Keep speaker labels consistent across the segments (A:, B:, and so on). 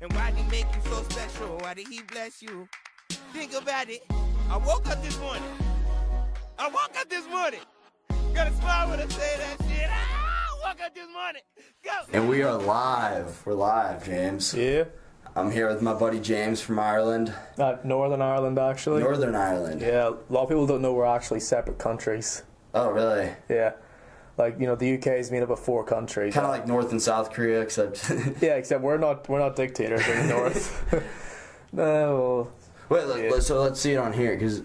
A: And why'd he make you so special? Why did he bless you? Think about it. I woke up this morning. I woke up this morning. Gonna smile when I say that shit. Ah, I woke up this morning. Go.
B: And we are live. We're live, James.
C: Yeah.
B: I'm here with my buddy James from Ireland,
C: Uh, Northern Ireland, actually.
B: Northern Ireland.
C: yeah, a lot of people don't know we're actually separate countries.
B: Oh, really?
C: Yeah. Like, you know, the UK is made up of four countries.
B: Kind of like North and South Korea, except.
C: Yeah, except we're not we're not dictators in the north. no.
B: Wait, let, let- so let's see it on here, because.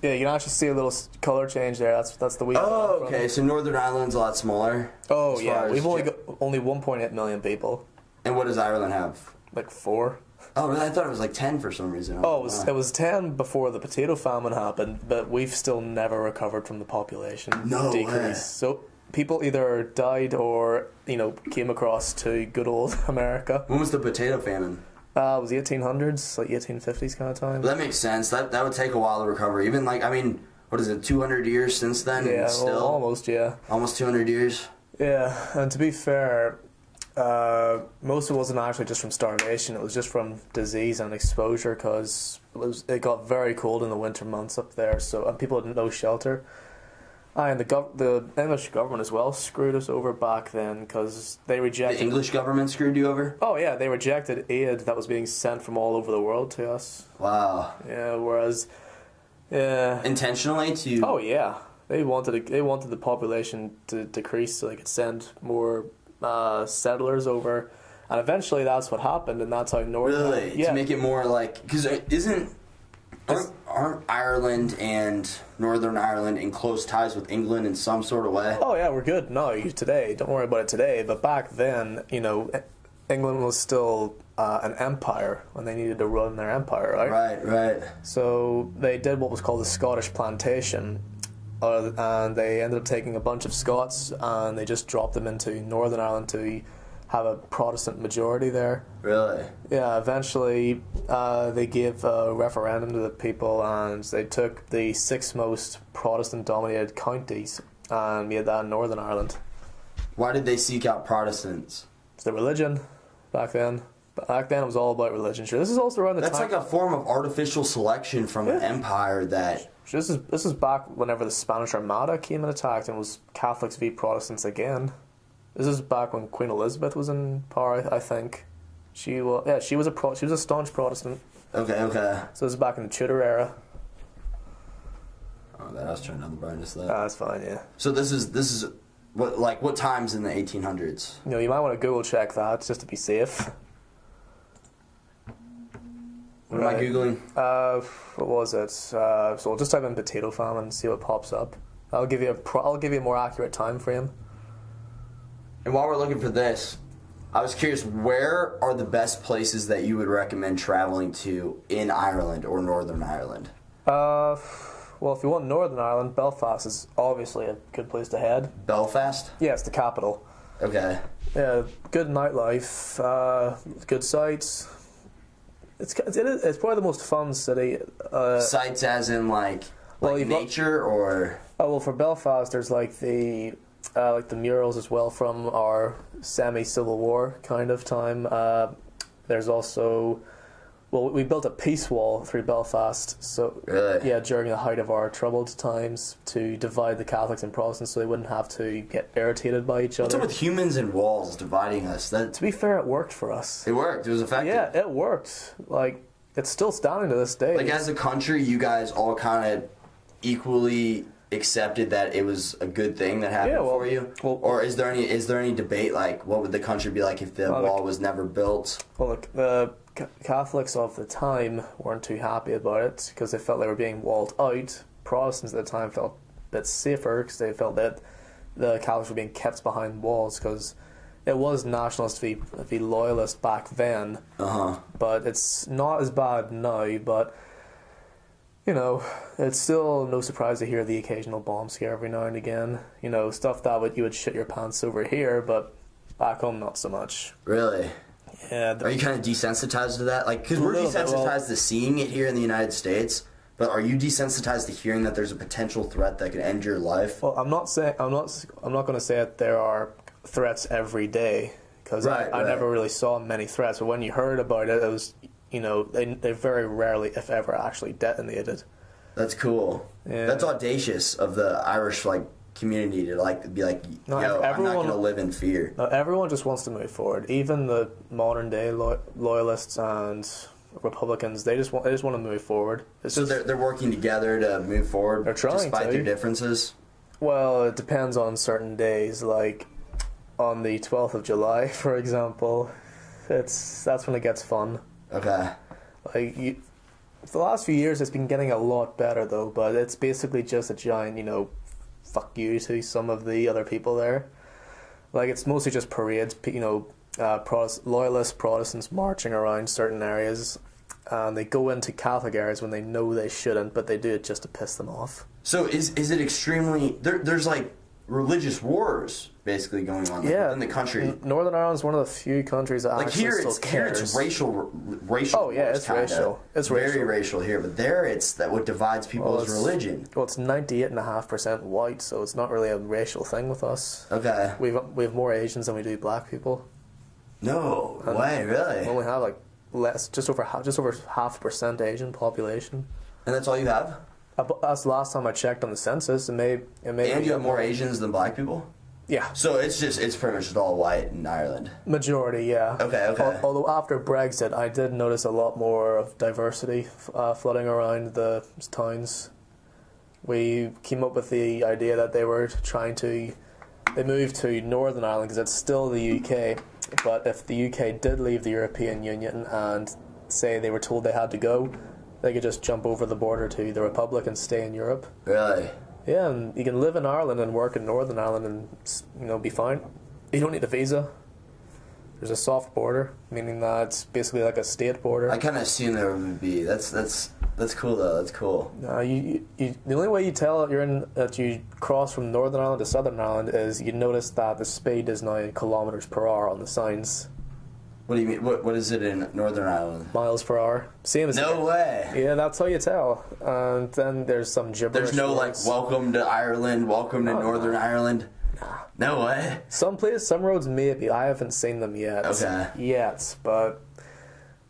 C: Yeah, you can actually see a little s- color change there. That's that's the week.
B: Oh, okay. So Northern Ireland's a lot smaller.
C: Oh
B: As far
C: yeah,
B: as
C: we've only
B: ge-
C: got only 1.8 million people,
B: And what does Ireland have?
C: like four.
B: Oh, really? I thought it was like 10 for some reason.
C: Oh, it was,
B: wow.
C: it was 10 before the potato famine happened, but we've still never recovered from the population
B: No way.
C: decrease. So people either died or you know came across to good old America.
B: When was the potato famine?
C: Uh, it was the 1800s, like 1850s kind of time.
B: But that makes sense. That that would take a while to recover. Even like, I mean, what is it? 200 years since then?
C: yeah,
B: and
C: al-
B: still
C: almost. Yeah,
B: almost 200 years.
C: yeah. And to be fair, uh, most of it wasn't actually just from starvation. It was just from disease and exposure because it, was- it got very cold in the winter months up there. So and people had no shelter. Aye, and the gov- the English government as well screwed us over back then because they
B: The
C: rejected.
B: English government screwed you over.
C: oh yeah, they rejected aid that was being sent from all over the world to us.
B: Wow.
C: Yeah, whereas, yeah,
B: Intentionally to.
C: Oh yeah, they wanted they wanted the population to decrease so they could send more uh, settlers over, and eventually that's what happened, and that's how North.
B: Really?
C: Yeah.
B: To make it more like because isn't aren't, aren't Ireland and Northern Ireland in close ties with England in some sort of way?
C: oh yeah, we're good. No, you today. Don't worry about it today. But back then, you know, E- England was still uh, an empire when they needed to run their empire, right?
B: Right, right.
C: So they did what was called the Scottish plantation, uh, and they ended up taking a bunch of Scots and they just dropped them into Northern Ireland to have a Protestant majority there.
B: Really?
C: Yeah, eventually uh, they gave a referendum to the people and they took the six most Protestant dominated counties and made that Northern Ireland.
B: Why did they seek out Protestants?
C: It's the religion back then. Back then it was all about religion. Sure, this is also around the
B: That's
C: time.
B: like a form of artificial selection from an empire that
C: sure, this is this is back whenever the Spanish Armada came and attacked and it was Catholics v Protestants again. This is back when Queen Elizabeth was in power, I I think. She was yeah, she was a pro- she was a staunch Protestant.
B: Okay, okay.
C: So this is back in the Tudor era.
B: Oh, that I was trying to brightness that.
C: Ah, that's fine, yeah.
B: so this is this is what like what times in the 1800s?
C: You know, you might want to Google check that just to be safe.
B: What am
C: Right.
B: I googling?
C: Uh, what was it? Uh, so we'll just type in potato farm and see what pops up. I'll give you a pro- I'll give you a more accurate time frame.
B: And while we're looking for this, I was curious where are the best places that you would recommend traveling to in Ireland or Northern Ireland?
C: Uh, well, if you want Northern Ireland, Belfast is obviously a good place to head.
B: Belfast?
C: Yeah, it's the capital.
B: Okay.
C: Yeah, good nightlife, uh, good sights. It's ki- it is, it's probably the most fun city. Uh,
B: Sites as in like,
C: Well,
B: like
C: you've got-
B: nature or
C: Oh well, for Belfast, there's like the uh, like the murals as well from our semi-civil war kind of time. Uh, there's also well, we built a peace wall through Belfast, so
B: Really?
C: yeah, during the height of our troubled times to divide the Catholics and Protestants, so they wouldn't have to get irritated by each
B: what's
C: other.
B: up with humans and walls dividing us? That
C: to be fair, it worked for us.
B: it worked. It was effective.
C: Yeah, it worked. Like it's still standing to this day.
B: Like as a country, you guys all kind of equally accepted that it was a good thing that happened
C: Yeah, well-
B: for you.
C: well-
B: or is there any is there any debate like what would the country be like if the
C: Well,
B: wall
C: like-
B: was never built?
C: Well, look, the C- Catholics of the time weren't too happy about it because they felt they were being walled out. Protestants at the time felt a bit safer because they felt that the Catholics were being kept behind walls because it was nationalist v, v loyalist back then,
B: Uh huh.
C: but it's not as bad now. But you know, it's still no surprise to hear the occasional bomb scare every now and again. You know, stuff that would you would shit your pants over here, but back home not so much.
B: Really?
C: Yeah, the-
B: Are you kind of desensitized to that? Like, because
C: A
B: we're
C: little bit, well-
B: desensitized to seeing it here in the United States, but are you desensitized to hearing that there's a potential threat that could end your life?
C: Well, I'm not saying I'm not I'm not going to say that there are threats every day because
B: Right,
C: I, I
B: right.
C: never really saw many threats. But when you heard about it, it was you know they they very rarely, if ever, actually detonated.
B: That's cool.
C: Yeah.
B: That's audacious of the Irish like community to like be like,
C: No,
B: yo, I'm not
C: everyone-
B: gonna live in fear.
C: Now, everyone just wants to move forward. Even the modern day lo- loyalists and Republicans, they just want they just want to move forward. It's
B: So
C: just
B: they're they're working together to move forward,
C: They're trying
B: despite
C: to.
B: their differences.
C: well, it depends on certain days. Like on the twelfth of July, for example, it's that's when it gets fun.
B: Okay.
C: Like you, for the last few years, it's been getting a lot better though. But it's basically just a giant, you know, fuck you to some of the other people there. Like it's mostly just parades, p- you know, uh, Protest- loyalist Protestants marching around certain areas, and they go into Catholic areas when they know they shouldn't, but they do it just to piss them off.
B: So is is it extremely there? There's like religious wars basically going on like,
C: Yeah, Mm.
B: within the country.
C: N- Northern Ireland's one of the few countries that
B: like
C: actually
B: here,
C: still
B: it's here
C: cares.
B: it's racial, r- racial.
C: Oh, yeah,
B: wars,
C: it's
B: kinda.
C: racial. It's
B: very
C: racial.
B: here, but there it's that what divides people
C: Well,
B: is
C: it's-
B: religion.
C: Well, it's ninety-eight and a half percent white, so it's not really a racial thing with us.
B: Okay.
C: We've we have more Asians than we do black people.
B: No way, really.
C: Uh, We only have like less, just over half, just over half percent Asian population.
B: and that's all you have.
C: Uh, but That's the last time I checked on the census. It may, it may.
B: And
C: be-
B: you have more Asians than black people.
C: Yeah,
B: So it's just it's pretty much all white in Ireland.
C: majority. Yeah.
B: Okay, okay.
C: Al- although after Brexit, I did notice a lot more of diversity f- uh, flooding around the towns. We came up with the idea that they were trying to, they moved to Northern Ireland because it's still the UK. But if the UK did leave the European Union and say they were told they had to go, they could just jump over the border to the Republic and stay in Europe.
B: Really.
C: Yeah, and you can live in Ireland and work in Northern Ireland and s- you know be fine. You don't need a visa. There's a soft border, meaning that it's basically like a state border.
B: I kind of assumed there would be. That's that's that's cool though. That's cool.
C: Uh, you, you, you, the only way you tell you're in that you cross from Northern Ireland to Southern Ireland is you notice that the speed is now in kilometers per hour on the signs,
B: What do you mean? What what is it in Northern Ireland?
C: miles per hour. Same as
B: No way.
C: Yeah, that's how you tell. And then there's some gibberish.
B: There's no like
C: words.
B: welcome to Ireland, welcome to
C: Oh,
B: Northern Ireland. No way.
C: Some places, some roads maybe. I haven't seen them yet.
B: Okay.
C: Yet, but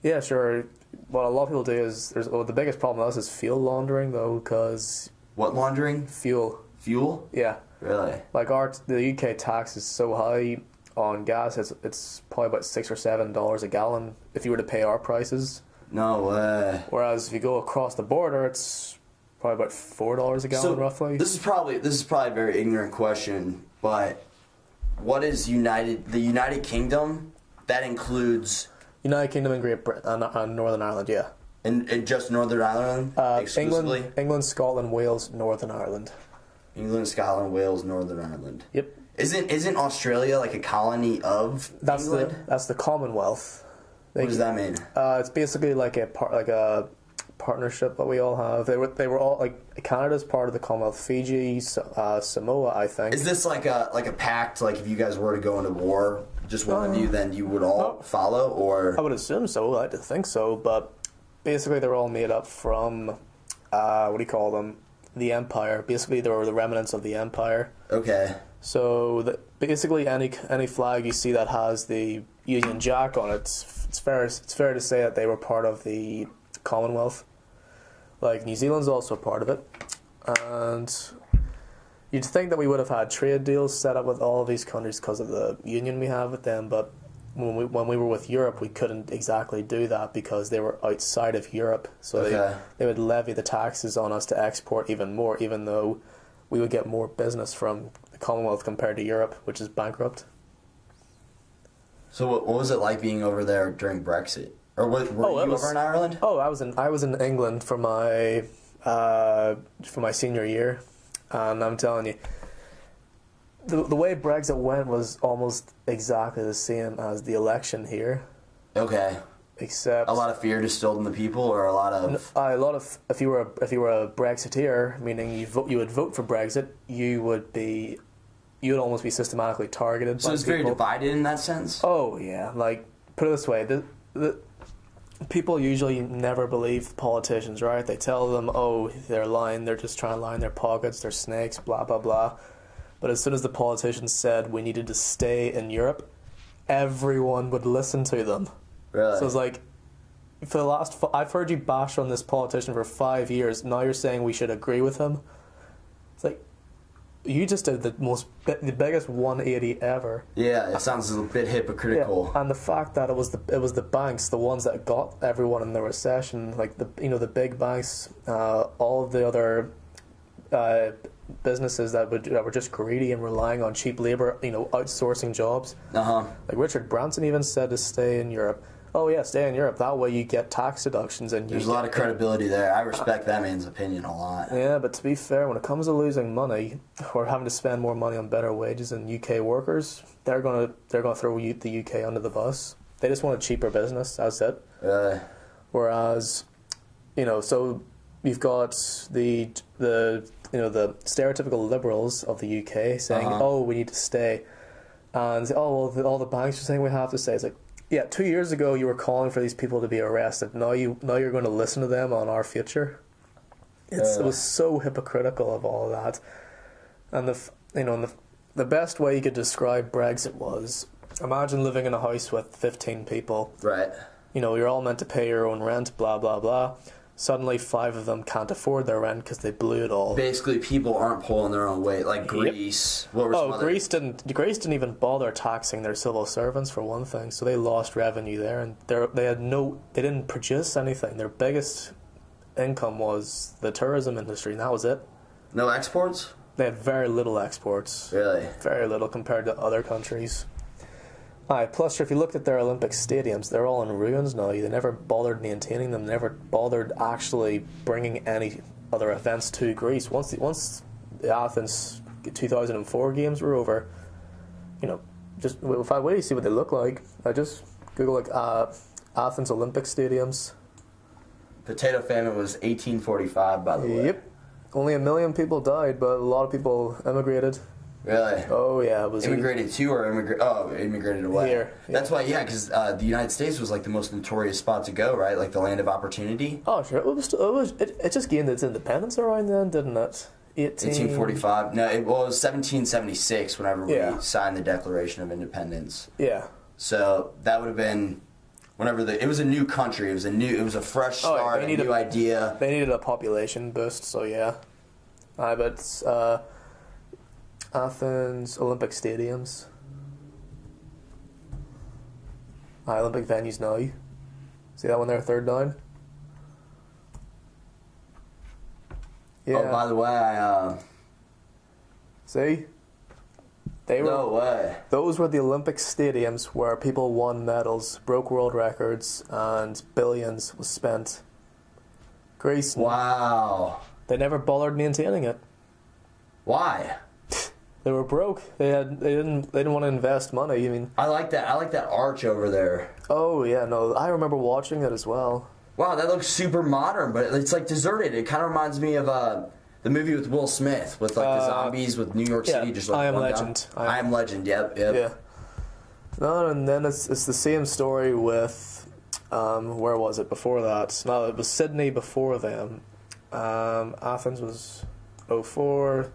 C: yeah, sure. What a lot of people do is there's well, the biggest problem with us is fuel laundering though, because
B: What laundering?
C: fuel.
B: Fuel?
C: Yeah,
B: Really?
C: like our the UK tax is so high on gas. It's it's probably about six or seven dollars a gallon if you were to pay our prices.
B: No way.
C: Whereas if you go across the border, it's probably about four dollars a gallon roughly.
B: This is probably this is probably a very ignorant question, but what is United the United Kingdom? That includes
C: United Kingdom and Great Britain and, and uh, Northern Ireland. Yeah.
B: and, and just Northern Ireland
C: Uh,
B: exclusively.
C: England, England, Scotland, Wales, Northern Ireland.
B: England, Scotland, Wales, Northern Ireland.
C: Yep.
B: Isn't isn't Australia like a colony of
C: That's
B: England?
C: the that's the Commonwealth. They,
B: what does that mean?
C: Uh, it's basically like a part like a partnership that we all have. They were they were all like Canada's part of the Commonwealth. Fiji, Sa- uh, Samoa, I think.
B: Is this like a like a pact? Like if you guys were to go into war, just one
C: Uh,
B: of you, then you would all follow, or
C: I would assume so. I did think so, but basically they're all made up from uh, what do you call them? The Empire. Basically, they were the remnants of the Empire.
B: okay,
C: So the, basically, any any flag you see that has the Union Jack on it, it's, it's fair it's fair to say that they were part of the Commonwealth. Like New Zealand's also part of it, and you'd think that we would have had trade deals set up with all of these countries because of the union we have with them, but. When we, when we were with Europe, we couldn't exactly do that because they were outside of Europe. So
B: Okay.
C: they, they would levy the taxes on us to export even more, even though we would get more business from the Commonwealth compared to Europe, which is bankrupt.
B: so what, what was it like being over there during Brexit, or what, were
C: Oh, it
B: you
C: was-
B: over in Ireland?
C: Oh, I was in I was in England for my uh, for my senior year, and I'm telling you, the the way Brexit went was almost exactly the same as the election here,
B: Okay,
C: except
B: a lot of fear distilled in the people, or a lot of
C: Uh, a lot of if you were a, if you were a Brexiteer, meaning you vote, you would vote for Brexit, you would be, you would almost be systematically targeted.
B: so
C: by
B: it's
C: people.
B: very divided in that sense.
C: Oh yeah, like put it this way, the, the people usually never believe politicians, right? They tell them, "Oh, they're lying. They're just trying to line their pockets. They're snakes." Blah blah blah. But as soon as the politicians said we needed to stay in Europe, everyone would listen to them.
B: Really?
C: So it's like, for the last, f- I've heard you bash on this politician for five years. Now you're saying we should agree with him. It's like, you just did the most, bi- the biggest 180 ever.
B: yeah, it sounds a bit hypocritical.
C: And the fact that it was the it was the banks, the ones that got everyone in the recession, like the you know the big banks, uh, all of the other uh, businesses that would that were just greedy and relying on cheap labor, you know, outsourcing jobs.
B: Uh huh.
C: Like Richard Branson even said to stay in Europe. Oh yeah, stay in Europe. That way you get tax deductions and you
B: There's a lot of
C: get-
B: credibility there. I respect that man's opinion a lot.
C: Yeah, but to be fair, when it comes to losing money or having to spend more money on better wages than UK workers, they're gonna they're gonna throw you- the UK under the bus. They just want a cheaper business. That's it.
B: Really?
C: Whereas, you know, so you've got the the you know the stereotypical liberals of the UK saying,
B: Uh-huh.
C: "Oh, we need to stay," and say, "Oh, well, the, all the banks are saying we have to stay." It's like, yeah, two years ago you were calling for these people to be arrested. Now you now you're going to listen to them on our future. It's, it
B: Yeah.
C: was so hypocritical of all that, and the f- you know and the the best way you could describe Brexit was imagine living in a house with fifteen people
B: Right.
C: you know, you're all meant to pay your own rent, blah, blah, blah. Suddenly, five of them can't afford their rent because they blew it all.
B: Basically, people aren't pulling their own weight. Like Greece. What were some
C: Oh,
B: other-
C: Greece didn't. Greece didn't even bother taxing their civil servants for one thing, so they lost revenue there, and they they had no. They didn't produce anything. Their biggest income was the tourism industry, and that was it.
B: No exports?
C: They had very little exports.
B: Really?
C: very little compared to other countries. Aye, plus if you looked at their Olympic stadiums, they're all in ruins now. They never bothered maintaining them. Never bothered actually bringing any other events to Greece. Once the, once the Athens 2004 games were over, you know, just if I wait to see what they look like, I just Google like uh, Athens Olympic stadiums.
B: Potato famine was 1845, by the way.
C: Yep, only a million people died, but a lot of people immigrated.
B: Really?
C: Oh yeah, it was
B: Immigrated to or immigrated? Oh, immigrated away.
C: Here, yeah.
B: That's why, yeah, because uh, the United States was like the most notorious spot to go, right? Like the land of opportunity.
C: Oh, sure. It, was, it, was, it, it just gained its independence around then, didn't it? 18...
B: 1845. No, it was 1776 whenever
C: Yeah.
B: we signed the Declaration of Independence.
C: Yeah.
B: So that would have been whenever the it was a new country. It was a new. It was a fresh
C: Oh, yeah,
B: start,
C: they
B: a
C: need
B: new
C: a-
B: idea.
C: They needed a population boost, so yeah. I bet uh, Athens Olympic stadiums. Aye, Olympic venues now. See that one there, third down? Yeah.
B: Oh, by the way, I, uh,
C: See? They were
B: no way.
C: Those were the Olympic stadiums where people won medals, broke world records, and billions was spent. Greece,
B: Wow.
C: they never bothered maintaining it.
B: Why?
C: They were broke. They had they didn't they didn't want to invest money. I mean,
B: I like that. I like that arch over there.
C: oh yeah, no, I remember watching it as well.
B: Wow, that looks super modern, but it's like deserted. It kind of reminds me of uh, the movie with Will Smith with like the
C: Uh,
B: zombies with New York
C: yeah,
B: City. Just like
C: I Am
B: run down.
C: Legend. I
B: I
C: Am-
B: am, Legend. Yep. Yep.
C: Yeah. No, and then it's it's the same story with um, where was it before that? No, it was Sydney before them. Um, Athens was 04.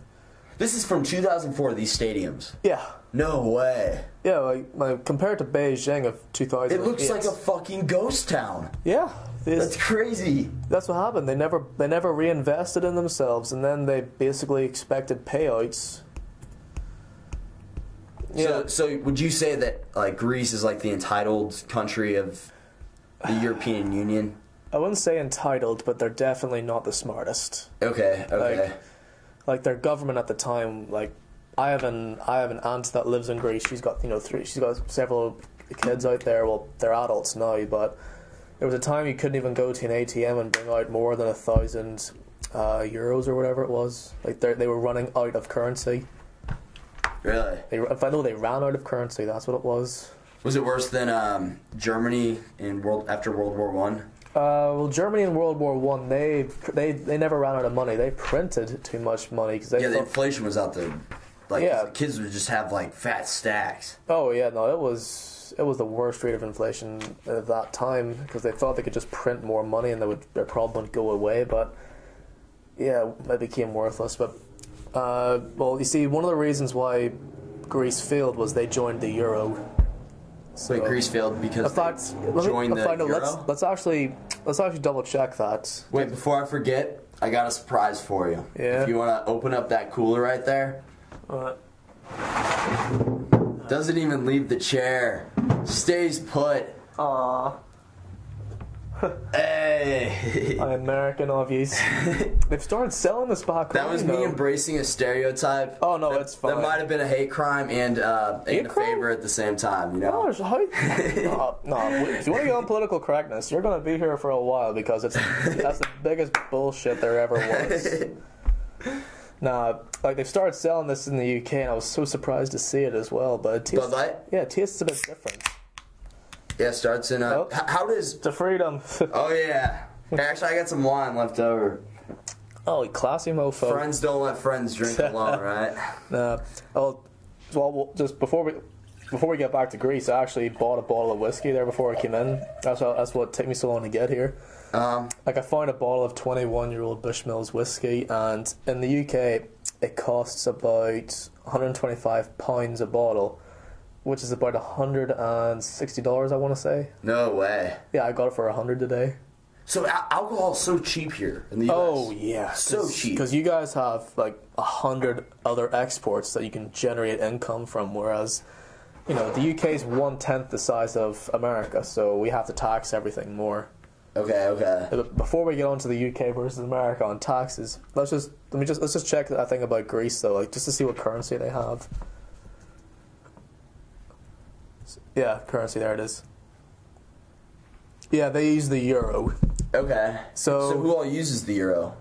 B: This is from 2004. These stadiums.
C: Yeah,
B: No way.
C: Yeah, like, like compared to Beijing of 2000.
B: It looks like a fucking ghost town.
C: yeah. this-
B: That's crazy.
C: that's what happened. They never they never reinvested in themselves, and then they basically expected payouts. Yeah,
B: So, so would you say that like Greece is like the entitled country of the European Union?
C: I wouldn't say entitled, but they're definitely not the smartest.
B: Okay, okay.
C: Like- Like their government at the time, like I have an I have an aunt that lives in Greece. She's got you know three. She's got several kids out there. Well, they're adults now, but there was a time you couldn't even go to an ATM and bring out more than a thousand uh, euros or whatever it was. Like they they were running out of currency.
B: really?
C: They, if I know they ran out of currency, that's what it was.
B: Was it worse than um, Germany in world after World War One?
C: Uh, well, Germany in World War One, they they they never ran out of money. They printed too much money because they
B: Yeah, the
C: thought,
B: inflation was out the like
C: Yeah.
B: the kids would just have like fat stacks.
C: oh yeah, no, it was it was the worst rate of inflation at that time because they thought they could just print more money and they would their problem would go away. But yeah, it became worthless. But uh, well, you see, one of the reasons why Greece failed was they joined the euro. So
B: Wait, Greasefield because
C: In fact,
B: they
C: let me,
B: joined the
C: find out,
B: Euro.
C: let's let's actually let's actually double check that.
B: Wait, before I forget, I got a surprise for you.
C: Yeah.
B: If you want to open up that cooler right there,
C: Uh,
B: doesn't even leave the chair, stays put.
C: Aw,
B: Hey.
C: I'm American, obvious. They've started selling this back.
B: That was me embracing a stereotype.
C: Oh, no,
B: that,
C: it's fine.
B: That might have been a hate crime and uh, and
C: Hate
B: a
C: crime? Oh,
B: favor at the same time. You know.
C: Gosh, how, no, no, if you want to get on political correctness, you're going to be here for a while because it's that's the biggest bullshit there ever was. Nah, like they've started selling this in the UK, and I was so surprised to see it as well. But it tastes,
B: Bud Light?
C: yeah, it tastes a bit different.
B: Yeah, starts in. Uh,
C: Oh.
B: h- How does?
C: The freedom.
B: Oh yeah. Hey, Actually, I got some wine left over.
C: oh, classy mofo.
B: Friends don't let friends drink alone, right?
C: Uh, oh, well, well, just before we before we get back to Greece, I actually bought a bottle of whiskey there before I came in. That's how, that's what took me so long to get here.
B: Um,
C: Like I found a bottle of twenty one year old Bushmills whiskey, and in the UK it costs about one hundred twenty five pounds a bottle, which is about hundred and sixty dollars. I want to say.
B: no way.
C: Yeah, I got it for a hundred today.
B: So al- alcohol's so cheap here in the U.S.
C: Oh yeah,
B: So cheap.
C: because you guys have like a hundred other exports that you can generate income from, whereas you know the UK is one tenth the size of America, so we have to tax everything more.
B: Okay, okay.
C: But before we get on to the UK versus America on taxes, let's just let me just let's just check that thing about Greece though, like just to see what currency they have. S- Yeah, currency. There it is. Yeah, they use the euro.
B: Okay.
C: So-
B: who all uses the euro?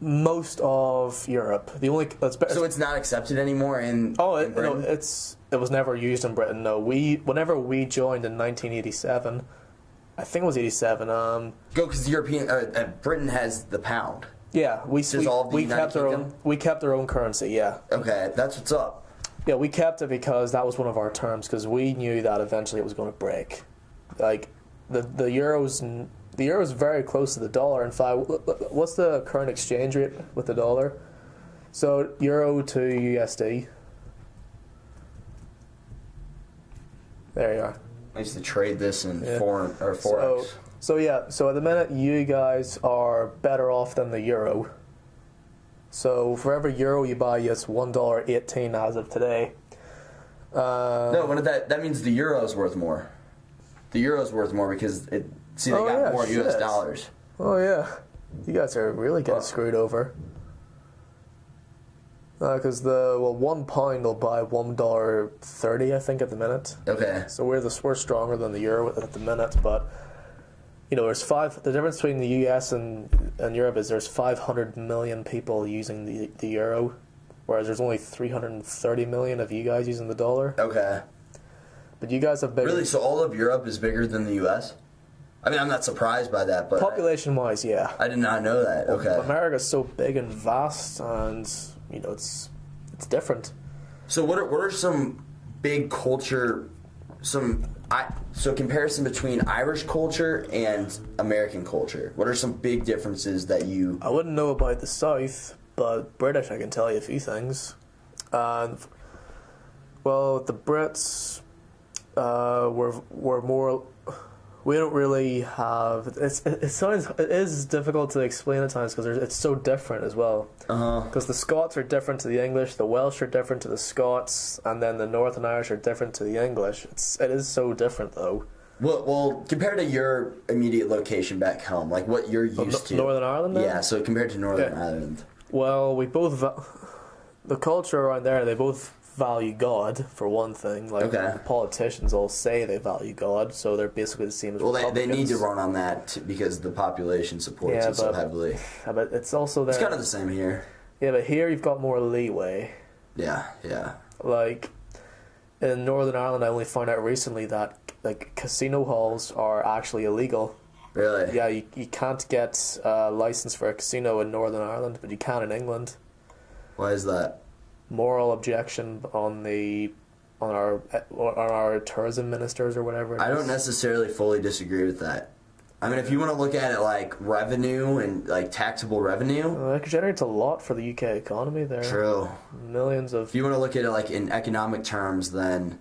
C: Most of Europe. The only that's better.
B: So it's not accepted anymore in
C: Oh,
B: in
C: it, no,
B: Britain?
C: it's it was never used in Britain. No, we whenever we joined in 1987, I think it was 87. Um,
B: go because European uh, uh, Britain has the pound.
C: yeah, we we,
B: all the
C: we
B: United
C: kept our own
B: Kingdom?
C: we kept our own currency. Yeah,
B: Okay, that's what's up.
C: yeah, we kept it because that was one of our terms because we knew that eventually it was going to break. Like the the euros n- the euro is very close to the dollar. In fact, wh- wh- what's the current exchange rate with the dollar? So euro to USD. There you are.
B: I used to trade this in
C: Yeah.
B: foreign or
C: So,
B: forex.
C: so yeah, so at the minute you guys are better off than the euro. So for every euro you buy, it's one dollar eighteen as of today. Uh,
B: no, what did that? That means the euro's worth more. The euro's worth more because it. See, they
C: Oh,
B: got
C: yeah,
B: more U.S.
C: shit.
B: dollars.
C: Oh yeah, you guys are really getting screwed over. Because the well, one pound will buy one dollar thirty, I think, at the minute.
B: Okay.
C: So we're the we're stronger than the euro at the minute, but you know, there's five. The difference between the U.S. and and Europe is there's 500 million people using the the euro, whereas there's only 330 million of you guys using the dollar.
B: Okay.
C: But you guys have bigger
B: Really? So all of Europe is bigger than the U.S. I mean, I'm not surprised by that, but
C: population-wise, yeah.
B: I, I did not know that. Okay.
C: America's so big and vast, and you know, it's it's different.
B: So what are what are some big culture, some I so comparison between Irish culture and American culture? What are some big differences that you?
C: I wouldn't know about the South, but British, I can tell you a few things. Uh, well, the Brits uh, were were more. We don't really have. It's it, it sounds it is difficult to explain at times because it's so different as well.
B: Uh huh.
C: Because the Scots are different to the English, the Welsh are different to the Scots, and then the Northern Irish are different to the English. It's it is so different though.
B: Well, well, compared to your immediate location back home, like what you're used to,
C: N- Oh, Northern Ireland, then?
B: Yeah. So compared to Northern
C: Yeah.
B: Ireland.
C: Well, we both va- the culture around there. They both value God for one thing. Like
B: Okay.
C: the politicians all say they value God, so they're basically the same as
B: Well, they, they need to
C: Republicans.
B: run on that t- because the population supports
C: Yeah,
B: it so
C: but-
B: heavily.
C: Yeah, but it's also there.
B: It's kind of the same here.
C: Yeah, but here you've got more leeway.
B: Yeah, yeah.
C: Like in Northern Ireland, I only found out recently that like casino halls are actually illegal.
B: Really?
C: Yeah, you, you can't get a license for a casino in Northern Ireland, but you can in England.
B: Why is that?
C: moral objection on the on our on our tourism ministers or whatever. it
B: I don't
C: is.
B: necessarily fully disagree with that. I mean, if you want to look at it like revenue and like taxable revenue,
C: Uh, That generates a lot for the UK economy. There,
B: true.
C: millions of
B: If you want to look at it like in economic terms, then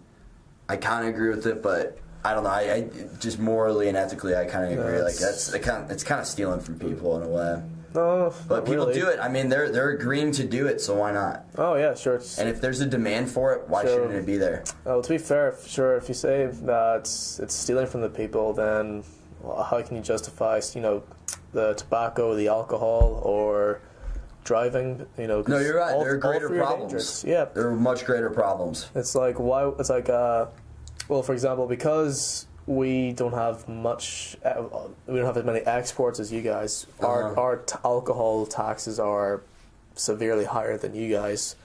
B: I kind of agree with it, but I don't know. I, I just morally and ethically, I kind of agree.
C: Yeah,
B: Like
C: it's-
B: that's the kind. It's kind of stealing from people in a way.
C: No,
B: But people do it. I mean, they're they're agreeing to do it, so why not?
C: Oh yeah, sure. It's,
B: And if there's a demand for it, why
C: So-
B: shouldn't it be there?
C: oh, to be fair, if- sure. If you say that it's, it's stealing from the people, then well, how can you justify, you know, the tobacco, the alcohol, or driving? You know, 'cause
B: No, you're right.
C: all-
B: there are
C: all
B: greater
C: three are
B: problems.
C: dangerous. Yeah,
B: there are much greater problems.
C: It's like why? It's like uh, well, for example, because we don't have much, uh, we don't have as many exports as you guys. Our
B: Uh-huh.
C: our t- alcohol taxes are severely higher than you guys.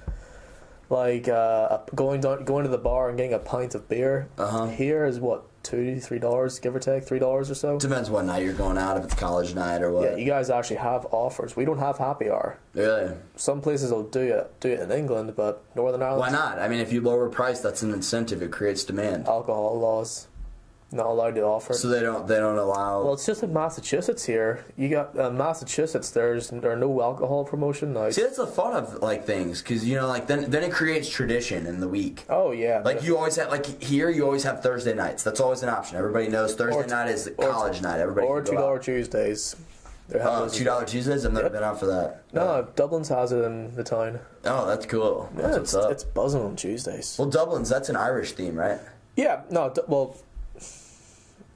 C: Like uh, going down, going to the bar and getting a pint of beer
B: Uh-huh.
C: here is what two, three dollars, give or take, three dollars or so.
B: Depends what night you're going out. If it's college night or what.
C: Yeah, you guys actually have offers. We don't have happy hour.
B: really.
C: Some places will do it, do it in England, but Northern Ireland.
B: Why not? I mean, if you lower price, that's an incentive. It creates demand.
C: Alcohol laws not allowed to offer.
B: So they don't they don't allow.
C: Well, it's just in Massachusetts here. You got uh, Massachusetts. There's there are no alcohol promotion nights.
B: See, that's the fun of like things, because you know, like then then it creates tradition in the week.
C: Oh yeah,
B: Like you always have, like here, you always have Thursday nights. That's always an option. Everybody knows Thursday
C: Or-
B: night is
C: or-
B: college night. Everybody
C: or
B: can go
C: two dollar
B: out.
C: Tuesdays. They're having
B: Oh,
C: those as
B: two dollar Tuesdays. I've never been out for that.
C: well. No, Dublin's has it in the town.
B: Oh, that's cool. That's
C: Yeah,
B: what's
C: it's,
B: up.
C: it's buzzing on Tuesdays.
B: Well, Dublin's that's an Irish theme, right?
C: yeah, no, du- well,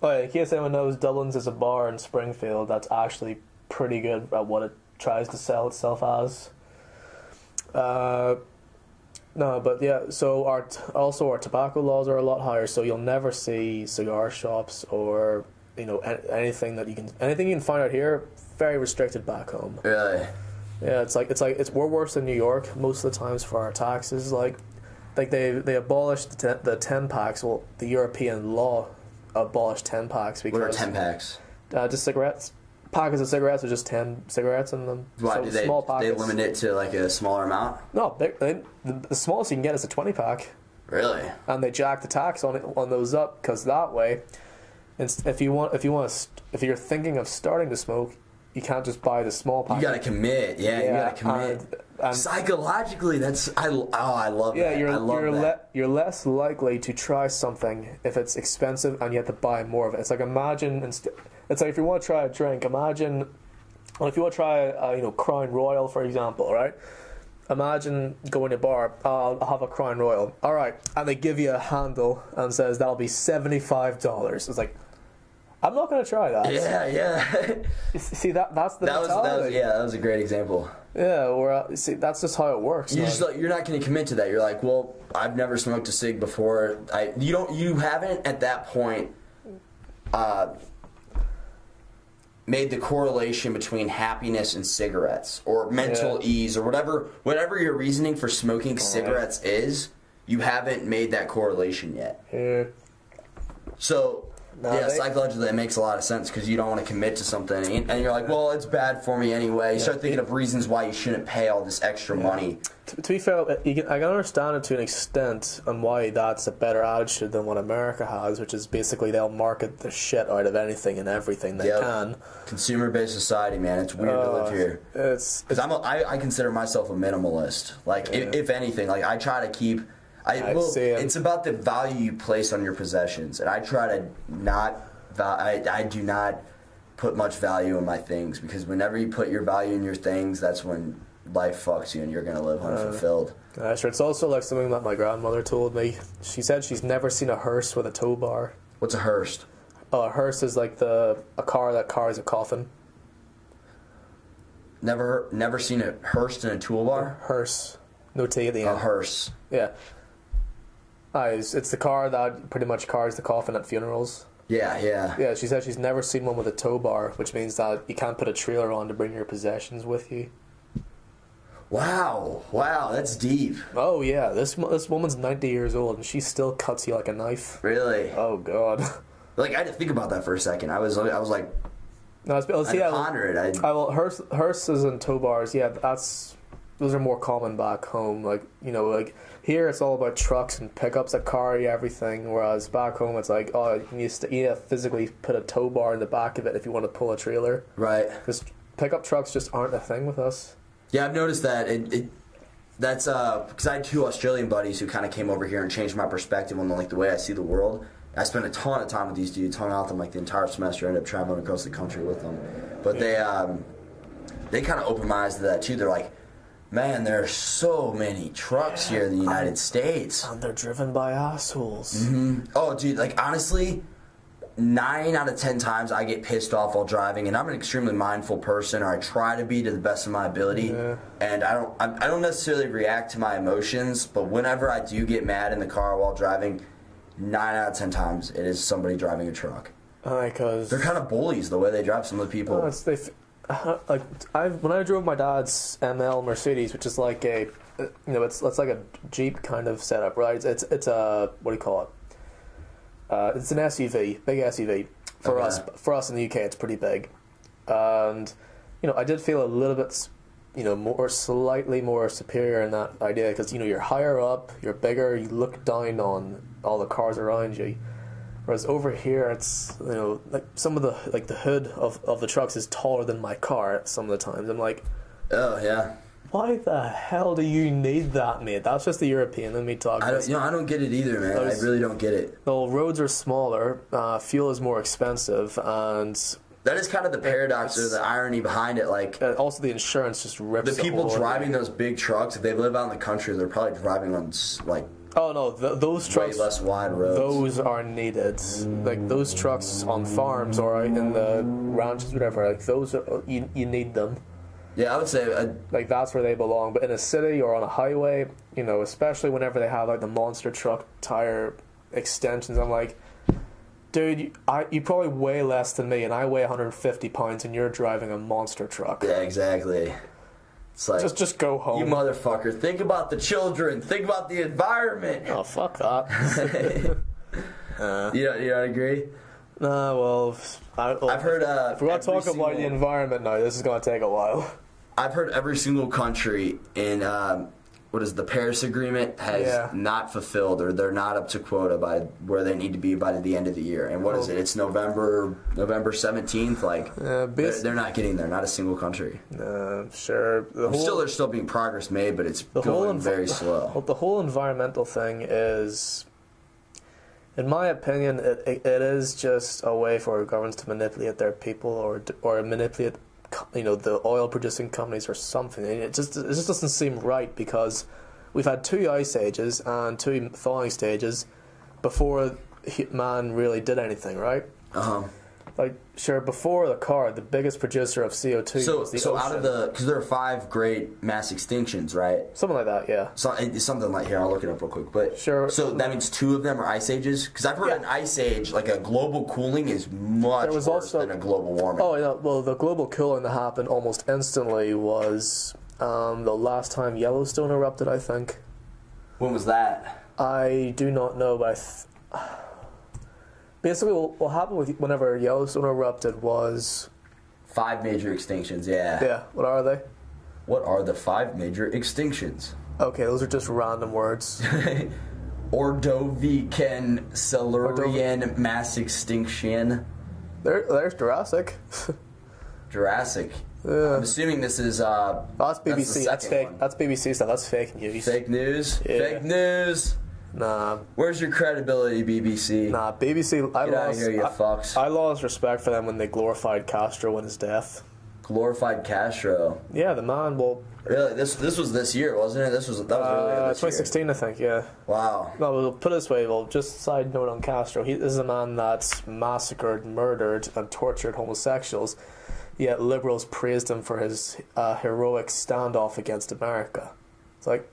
C: oh, yeah, in case anyone knows, Dublin's is a bar in Springfield that's actually pretty good at what it tries to sell itself as. Uh, no, but yeah. So our t- also our tobacco laws are a lot higher. So you'll never see cigar shops or you know an anything that you can anything you can find out here very restricted back home.
B: Really?
C: Yeah, it's like it's like it's we're worse than New York most of the times for our taxes. Like, like they they abolished the ten, the ten packs. Well, the European law abolished ten packs because
B: What are ten packs?
C: Uh, just cigarettes. Packets of cigarettes with just ten cigarettes in them.
B: Why
C: So
B: do they
C: small
B: they
C: pockets.
B: limit it to like a smaller amount?
C: No, they, they, the, the smallest you can get is a twenty pack,
B: Really?
C: and they jack the tax on it, on those up because that way, it's, if you want if you want to, st- if you're thinking of starting to smoke, you can't just buy the small pack.
B: You gotta commit. Yeah,
C: Yeah,
B: you gotta commit.
C: and- and-
B: Psychologically, that's I. Oh, I love
C: Yeah,
B: that.
C: you're
B: I love
C: you're,
B: that.
C: le- you're less likely to try something if it's expensive and you have to buy more of it. It's like imagine inst- it's like if you want to try a drink, imagine well, if you want to try uh, you know Crown Royal for example, right? Imagine going to a bar, "Oh, I'll have a Crown Royal. All right, and they give you a handle and says that'll be seventy five dollars. It's like I'm not going to try that.
B: Yeah, yeah.
C: You See that that's the
B: that was that was
C: mentality.
B: yeah, that was a great example.
C: yeah. Or uh, see that's just how it works.
B: You
C: man.
B: just like, you're not going to commit to that. You're like, well, I've never smoked a cig before. I you don't you haven't at that point uh, made the correlation between happiness and cigarettes or mental
C: Yeah.
B: ease or whatever whatever your reasoning for smoking cigarettes is. You haven't made that correlation yet.
C: yeah.
B: So
C: No,
B: yeah,
C: they-
B: psychologically that makes a lot of sense because you don't want to commit to something, and, and you're like, well, it's bad for me anyway. You start thinking of reasons why you shouldn't pay all this extra money.
C: to to be fair, uh, you can, I can understand it to an extent on why that's a better attitude than what America has, which is basically they'll market the shit out of anything and everything they
B: Yep.
C: can.
B: Consumer-based society, man, it's weird to
C: Uh,
B: live here.
C: It's, it's
B: Because I'm a, I, I consider myself a minimalist. Like, if, if anything, like I try to keep. I,
C: I
B: well,
C: see 'em.
B: it's about the value you place on your possessions, and I try to not. val- I I do not put much value in my things because whenever you put your value in your things, that's when life fucks you and you're gonna live unfulfilled.
C: uh, sure. It's also like something that my grandmother told me. She said she's never seen a hearse with a tow bar.
B: What's a hearse?
C: Oh, a hearse is like the a car that carries a coffin.
B: Never never seen a hearse in a toolbar.
C: Hearse, no T at the
B: A
C: end.
B: hearse.
C: yeah. Ah, it's, it's the car that pretty much carries the coffin at funerals.
B: Yeah, yeah.
C: Yeah, she said she's never seen one with a tow bar, which means that you can't put a trailer on to bring your possessions with you.
B: Wow, wow, that's deep.
C: Oh yeah, this mo- this woman's ninety years old and she still cuts you like a knife.
B: Really?
C: Oh god.
B: Like I had to think about that for a second. I was I was like,
C: No, it's, oh,
B: I
C: see, yeah,
B: ponder it. I,
C: I will hearse, hearses and tow bars. Yeah, that's those are more common back home. Like you know, like here it's all about trucks and pickups that carry everything, whereas back home it's like oh you need to you need to physically put a tow bar in the back of it if you want to pull a trailer.
B: right.
C: Because pickup trucks just aren't a thing with us.
B: Yeah, I've noticed that. It, it that's because I had two Australian buddies who kind of came over here and changed my perspective on like the way I see the world. I spent a ton of time with these dudes, hung out with them like the entire semester. Ended up traveling across the country with them, but they um, they kind of opened my eyes to that too. They're like, man, there are so many trucks here in the United States.
C: And they're driven by assholes.
B: Oh, dude, like honestly, nine out of ten times I get pissed off while driving, and I'm an extremely mindful person, or I try to be to the best of my ability.
C: Yeah.
B: And I don't, I, I don't necessarily react to my emotions, but whenever I do get mad in the car while driving, nine out of ten times it is somebody driving a truck.
C: Because
B: They're kind of bullies the way they drive some of the people.
C: Oh, it's they. f- uh, Like I, when I drove my dad's ML Mercedes, which is like a, uh, you know, it's it's like a Jeep kind of setup, right? It's it's, it's a what do you call it? Uh, it's an SUV, big SUV for
B: Okay.
C: us. For us in the UK, it's pretty big, and you know, I did feel a little bit, you know, more slightly more superior in that idea because you know you're higher up, you're bigger, you look down on all the cars around you. Whereas over here, it's you know like some of the like the hood of, of the trucks is taller than my car. Some of the times I'm like,
B: oh yeah.
C: why the hell do you need that, mate? That's just the European in me talking.
B: I don't, you know, I don't get it either, man. I
C: Those-
B: really don't get it.
C: Well, roads are smaller, uh, fuel is more expensive, and
B: That is kind of the paradox or the irony behind it. Like
C: uh, also the insurance just rips.
B: the people
C: whole thing.
B: driving those big trucks, if they live out in the country, they're probably driving on s- like
C: Oh no, th- those
B: way
C: trucks.
B: less wide roads.
C: Those are needed. Like those trucks on farms or in the ranches, whatever. Like those, are, you you need them.
B: Yeah, I would say uh,
C: like that's where they belong. But in a city or on a highway, you know, especially whenever they have like the monster truck tire extensions, I'm like, dude, you, I you probably weigh less than me, and I weigh 150 pounds, and you're driving a monster truck.
B: yeah, exactly. It's like
C: Just just go home.
B: you motherfucker. Think about the children. Think about the environment.
C: oh fuck that.
B: You don't, you don't agree?
C: nah, well, I, well,
B: I've heard. Uh,
C: If we're gonna
B: every
C: talk about the
B: single-
C: environment now, this is gonna take a while.
B: I've heard every single country in um, what is the Paris Agreement has
C: Yeah.
B: not fulfilled or they're not up to quota by where they need to be by the end of the year. And what is it? It's November November seventeenth. Like
C: Oh. Yeah,
B: they're,
C: bas-
B: they're not getting there. Not a single country.
C: Uh, sure. The whole,
B: Still, there's still being progress made, but it's
C: the
B: going
C: whole envi-
B: very slow.
C: Well, the whole environmental thing is, in my opinion, it, it, it is just a way for governments to manipulate their people or d- or manipulate, co- you know, the oil producing companies or something. And It just it just doesn't seem right because we've had two ice ages and two thawing stages before hu- man really did anything, right?
B: Uh-huh.
C: Like sure, before the car, the biggest producer of CO two
B: So,
C: was the
B: so out of
C: ocean.
B: the because there are five great mass extinctions, right?
C: something like that, yeah.
B: So it's something like here. I'll look it up real quick. But
C: Sure.
B: So that means two of them are ice ages. Because I've heard
C: Yeah.
B: an ice age, like a global cooling, is much
C: There was
B: worse
C: also-
B: than a global warming.
C: Oh, yeah. Well, the global cooling that happened almost instantly was um, the last time Yellowstone erupted, I think.
B: When was that?
C: I do not know, but I th- basically what, what happened with whenever Yellowstone erupted was
B: Five major extinctions. Yeah.
C: yeah. What are they?
B: What are the five major extinctions?
C: Okay, those are just random words.
B: Ordovican Silurian mass extinction.
C: there, there's Jurassic.
B: Jurassic. I'm assuming this is uh.
C: that's
B: the
C: BBC. That's,
B: second
C: fake.
B: one.
C: That's BBC stuff. That's fake news.
B: Fake news.
C: Yeah.
B: Fake news.
C: Nah,
B: Where's your credibility, BBC?
C: nah. BBC. I
B: Get out of
C: lost.
B: here, you
C: I,
B: fucks.
C: I lost respect for them when they glorified Castro and his death.
B: Glorified Castro.
C: Yeah, the man. Well,
B: Really, this this was this year, wasn't it? This was that was earlier
C: Uh,
B: this
C: 2016, I think. Yeah.
B: Year. Wow.
C: No, we'll put it this way. Well, just side note on Castro. He this is a man that's massacred, murdered, and tortured homosexuals. Yet liberals praised him for his uh, heroic standoff against America. It's like,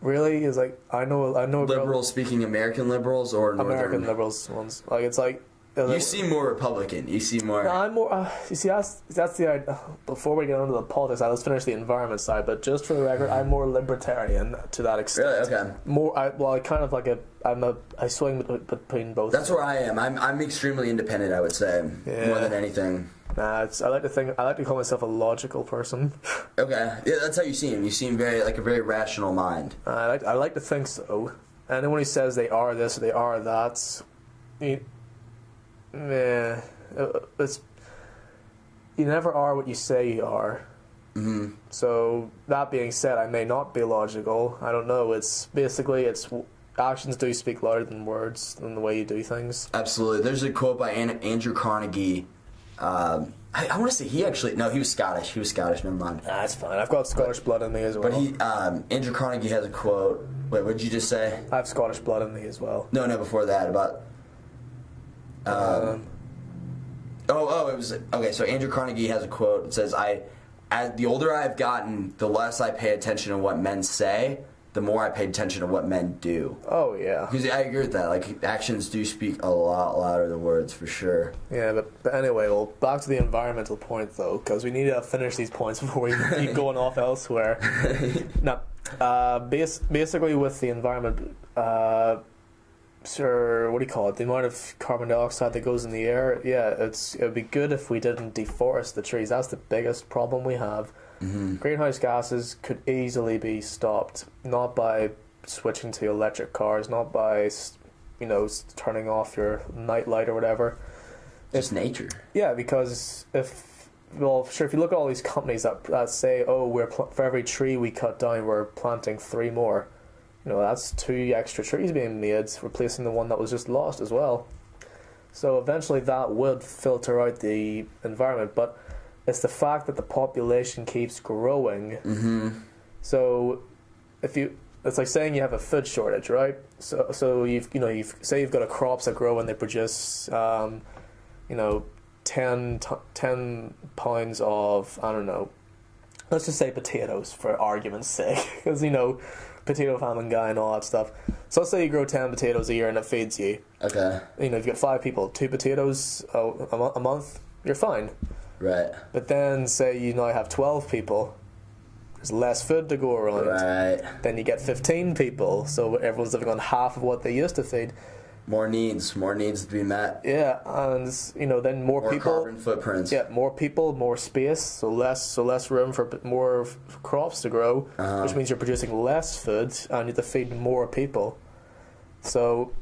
C: really? He's like, I know, I know, about
B: Liberal speaking American liberals or Northern.
C: American liberals ones. Like, it's like
B: You seem more Republican. You seem more.
C: No, I'm more. Uh, you see, that's that's the. idea. Before we get onto the politics, I let's finish the environment side. But just for the record, I'm more libertarian to that extent.
B: Really? Okay.
C: More. I, well, I kind of like a. I'm a. I swing bet- between both.
B: That's where I am. I'm I'm extremely independent. I would say more
C: Yeah.
B: than anything.
C: Nah, it's, I like to think. I like to call myself a logical person.
B: Okay. Yeah, that's how you seem. You seem very like a very rational mind.
C: I like. I like to think so. Anyone who says they are this or they are that, you, meh, Uh, it's. You never are what you say you are.
B: Mm-hmm.
C: So that being said, I may not be logical. I don't know. It's basically it's actions do speak louder than words than the way you do things.
B: Absolutely. There's a quote by An- Andrew Carnegie. Um, I, I want to say he actually no, he was Scottish. He was Scottish. Never mind.
C: Nah, it's fine. I've got Scottish blood in me as well.
B: But he, um, Andrew Carnegie has a quote. Wait, what did you just say?
C: I have Scottish blood in me as well.
B: No, no, before that about.
C: Um, Uh,
B: Oh, oh, it was okay. So Andrew Carnegie has a quote. It says, "I, as the older I've gotten, the less I pay attention to what men say, the more I pay attention to what men do."
C: oh yeah,
B: Because I agree with that. Like actions do speak a lot louder than words, for sure.
C: yeah. But, but anyway, well, back to the environmental point though, because we need to finish these points before we keep going off elsewhere. No. Uh, bas- basically, with the environment, uh, sir, what do you call it? The amount of carbon dioxide that goes in the air. Yeah, it's it would be good if we didn't deforest the trees. That's the biggest problem we have. Greenhouse gases could easily be stopped, not by switching to electric cars, not by s- you know s- turning off your night light or whatever.
B: It's nature.
C: Yeah, because if well, sure, if you look at all these companies that, that say, "Oh, we're pl- for every tree we cut down, we're planting three more," you know, that's two extra trees being made, replacing the one that was just lost as well. So eventually, that would filter out the environment, but it's the fact that the population keeps growing. Mm-hmm. So, if you it's like saying you have a food shortage, right? So, so you've you know you've say you've got a crops that grow and they produce um, you know, 10, t- 10 pounds of, I don't know, let's just say potatoes for argument's sake, because, you know, potato famine guy and all that stuff. So let's say you grow 10 potatoes a year and it feeds you.
B: Okay,
C: You know, if you've got five people, two potatoes a, a, mo- a month, you're fine.
B: right,
C: But then say you now have 12 people, there's less food to go around.
B: right.
C: Then you get 15 people, so everyone's living on half of what they used to feed.
B: More needs, more needs to be met.
C: Yeah, and, you know, then more,
B: More
C: people.
B: carbon footprints.
C: Yeah, more people, more space, so less, so less room for p- more f- crops to grow, which means you're producing less food and you have to feed more people. So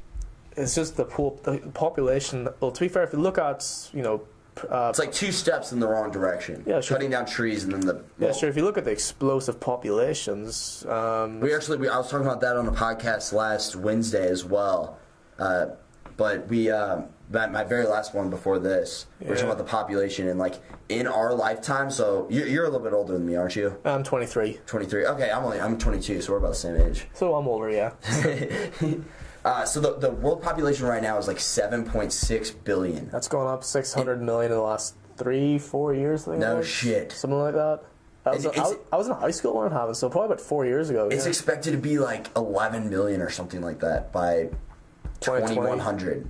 C: it's just the, po- the population. Well, to be fair, if you look at you know, p- uh,
B: It's like two steps in the wrong direction.
C: Yeah, sure.
B: Cutting down trees and then the.
C: yeah, sure, if you look at the explosive populations, um,
B: We actually, we, I was talking about that on the podcast last Wednesday as well. Uh, but we, um, my, my very last one before this, we were talking
C: Yeah.
B: about the population and like in our lifetime. So you're, you're a little bit older than me, aren't you?
C: I'm 23,
B: 23. Okay, I'm only, I'm 22, so we're about the same age.
C: so I'm older. Yeah,
B: Uh, so the, the world population right now is like 7.6 billion.
C: that's gone up 600 million in the last three, four years. I think it
B: No
C: was.
B: shit.
C: something like that. I was,
B: And
C: I,
B: it's-
C: was, I was in high school when it happened, so probably about four years ago.
B: It's
C: yeah.
B: expected to be like 11 million or something like that by
C: 2020.
B: 2100.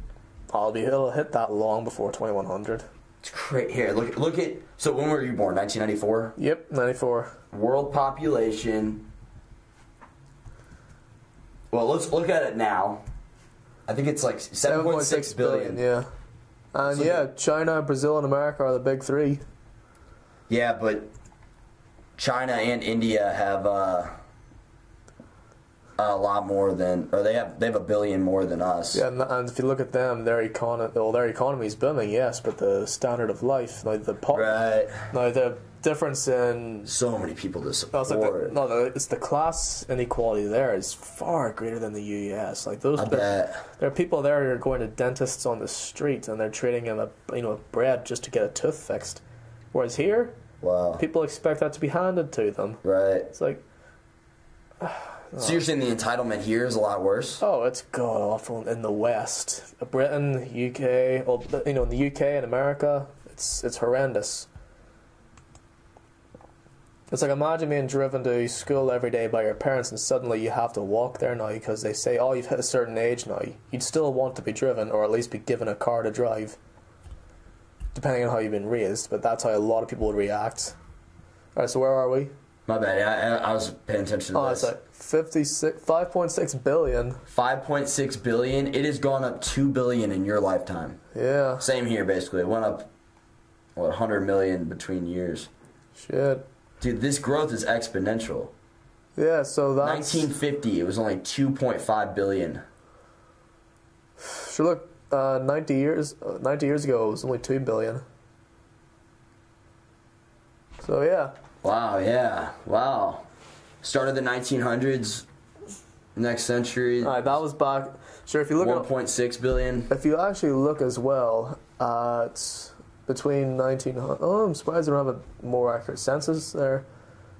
C: I'll be it'll hit that long before 2100.
B: It's cra Here, look, look at. So when were you born? 1994?
C: Yep, 94.
B: world population. Well, let's look at it now. I think it's like 7.6 billion. Yeah.
C: Yeah. And
B: So
C: yeah,
B: the-
C: China, Brazil, and America are the big three.
B: but China and India have uh, a lot more than, or they have they have a billion more than us.
C: Yeah, and, and if you look at them, their economy, well, their economy's booming, yes, but the standard of life, like the pop,
B: Right.
C: now the difference in
B: So many people to
C: I was like the,
B: support.
C: no, the, it's the class inequality there is far greater than the U.S. Like those,
B: I
C: there,
B: bet.
C: there are people there who are going to dentists on the street and they're trading in a you know bread just to get a tooth fixed, whereas here
B: Wow.
C: people expect that to be handed to them.
B: Right.
C: It's like,
B: So you're saying the entitlement here is a lot worse?
C: oh, it's god awful in the West, Britain, UK, well, you know, in the UK and America, it's it's horrendous. It's like imagine being driven to school every day by your parents, and suddenly you have to walk there now because they say, "Oh, you've hit a certain age now." You'd still want to be driven, or at least be given a car to drive, depending on how you've been raised. But that's how a lot of people would react. All right, so where are we?
B: My bad. I, I, I was paying attention to
C: Oh,
B: this.
C: it's like 56, 5.6 billion.
B: 5.6 billion. It has gone up 2 billion in your lifetime.
C: Yeah.
B: Same here, basically. It went up, what, 100 million between years.
C: Shit.
B: Dude, this growth is exponential.
C: Yeah, so that's.
B: 1950, it was only 2.5 billion.
C: Sure, look, uh, 90 years uh, 90 years ago, it was only 2 billion. So, yeah.
B: Wow, yeah. Wow. Start of the 1900s, next century,
C: All right, that was back. Sure, if you look at
B: 1.6 billion.
C: if you actually look as well at between 1900 oh i'm surprised they don't have a more accurate census there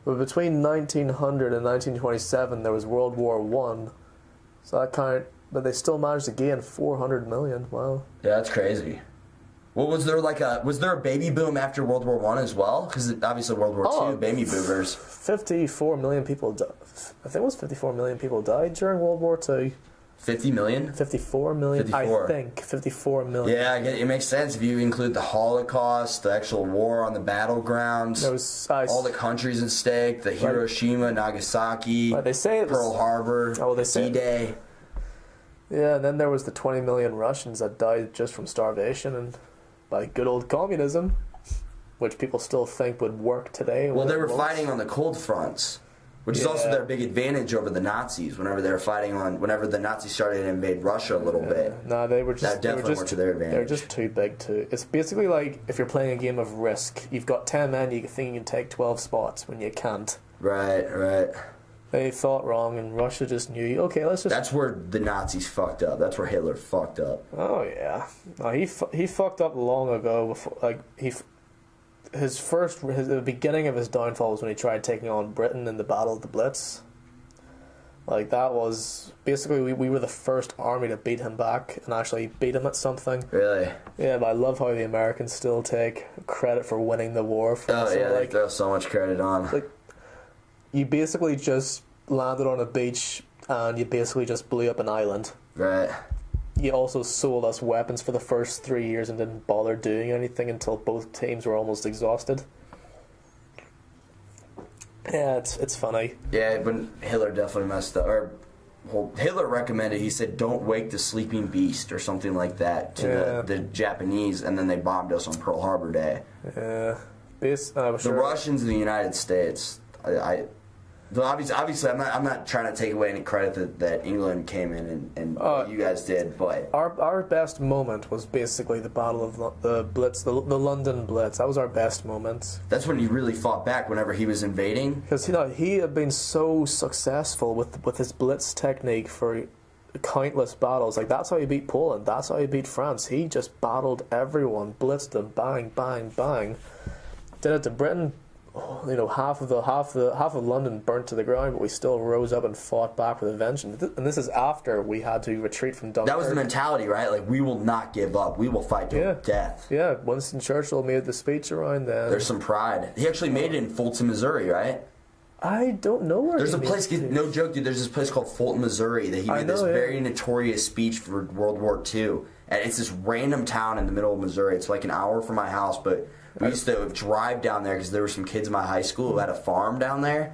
C: but between 1900 and 1927 there was world war one so that kind of, but they still managed to gain 400 million wow
B: Yeah, that's crazy. What was there like a was there a baby boom after World War One as well? Because obviously World War
C: Oh.
B: Two, baby boomers.
C: 54 million people di- i think it was 54 million people died during world war ii
B: 50 million?
C: 54 million
B: 54.
C: i think 54 million
B: Yeah, I get- it makes sense if you include the Holocaust, the actual war on the battlegrounds,
C: There was, I s-
B: all the countries at stake, the Hiroshima, Nagasaki,
C: Right, they say it was-
B: Pearl Harbor,
C: Oh, well, they say-
B: D-Day.
C: Yeah, and then there was the 20 million Russians that died just from starvation and by good old communism, which people still think would work today.
B: Well, they were
C: Well,
B: fighting on the cold fronts, which is also
C: Yeah.
B: their big advantage over the Nazis. Whenever they were fighting on, whenever the Nazis started to invade Russia a little bit,
C: No, they were just.
B: That
C: they were
B: definitely
C: just,
B: worked to their advantage.
C: They're just too big to. It's basically like if you're playing a game of Risk. You've got 10 men, you think you can take 12 spots when you can't.
B: right, right.
C: They thought wrong, and Russia just knew, okay, let's just.
B: That's where the Nazis fucked up. That's where Hitler fucked up.
C: Oh yeah, no, he fu- he fucked up long ago. Before, like he, f- his first his, the beginning of his downfall was when he tried taking on Britain in the Battle of the Blitz. Like that was basically we, we were the first army to beat him back and actually beat him at something.
B: Really?
C: Yeah, but I love how the Americans still take credit for winning the war. For
B: Oh
C: us.
B: yeah,
C: like
B: they throw so much credit on.
C: like you basically just landed on a beach and you basically just blew up an island
B: right.
C: he also sold us weapons for the first three years and didn't bother doing anything until both teams were almost exhausted. Yeah, it's it's funny.
B: Yeah, but Hitler definitely messed up. Or well, Hitler recommended he said, "Don't wake the sleeping beast" or something like that to
C: Yeah.
B: the, the Japanese, and then they bombed us on Pearl Harbor Day.
C: Yeah, this I was
B: The
C: Uh, sure.
B: Russians in the United States, I. I though obviously, obviously, I'm not. I'm not trying to take away any credit that, that England came in and, and
C: Uh,
B: you guys did, but
C: our our best moment was basically the Battle of Lo- the Blitz, the, the London Blitz. That was our best moment
B: that's when he really fought back. Whenever he was invading,
C: because you know he had been so successful with with his Blitz technique for countless battles. Like that's how he beat Poland. That's how he beat France. He just battled everyone, blitzed them, bang, bang, bang. did it to Britain. oh, You know, half of the half the half of London burnt to the ground, but we still rose up and fought back with a vengeance. Th- And this is after we had to retreat from Dunkirk.
B: That was the mentality, right? Like we will not give up. We will fight to
C: Yeah.
B: death.
C: Yeah, Winston Churchill made the speech around then.
B: There's some pride. He actually made it in Fulton, Missouri, right?
C: I don't know where
B: There's
C: he
B: a
C: made
B: place,
C: the speech.
B: no joke, dude. There's this place called Fulton, Missouri that he
C: I
B: made this
C: know, yeah.
B: very notorious speech for World War II. And it's this random town in the middle of Missouri. It's like an hour from my house, but we used to drive down there because there were some kids in my high school who had a farm down there.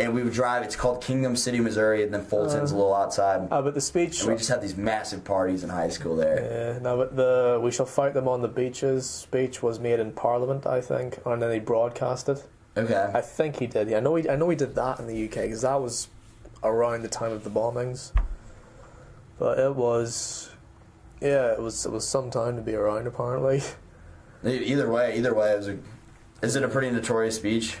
B: And we would drive. It's called Kingdom City, Missouri, and then Fulton's a little outside.
C: Ah, but the speech.
B: and we just had these massive parties in high school there.
C: Yeah, no, Uh, but the "We shall fight them on the beaches" speech was made in Parliament, I think, and then he broadcast it.
B: Okay.
C: I think he did. Yeah, I know he. I know he did that in the UK because that was around the time of the bombings. But it was, yeah, it was. It was some time to be around. Apparently,
B: E- Either way, either way, it was a, is it a pretty notorious speech?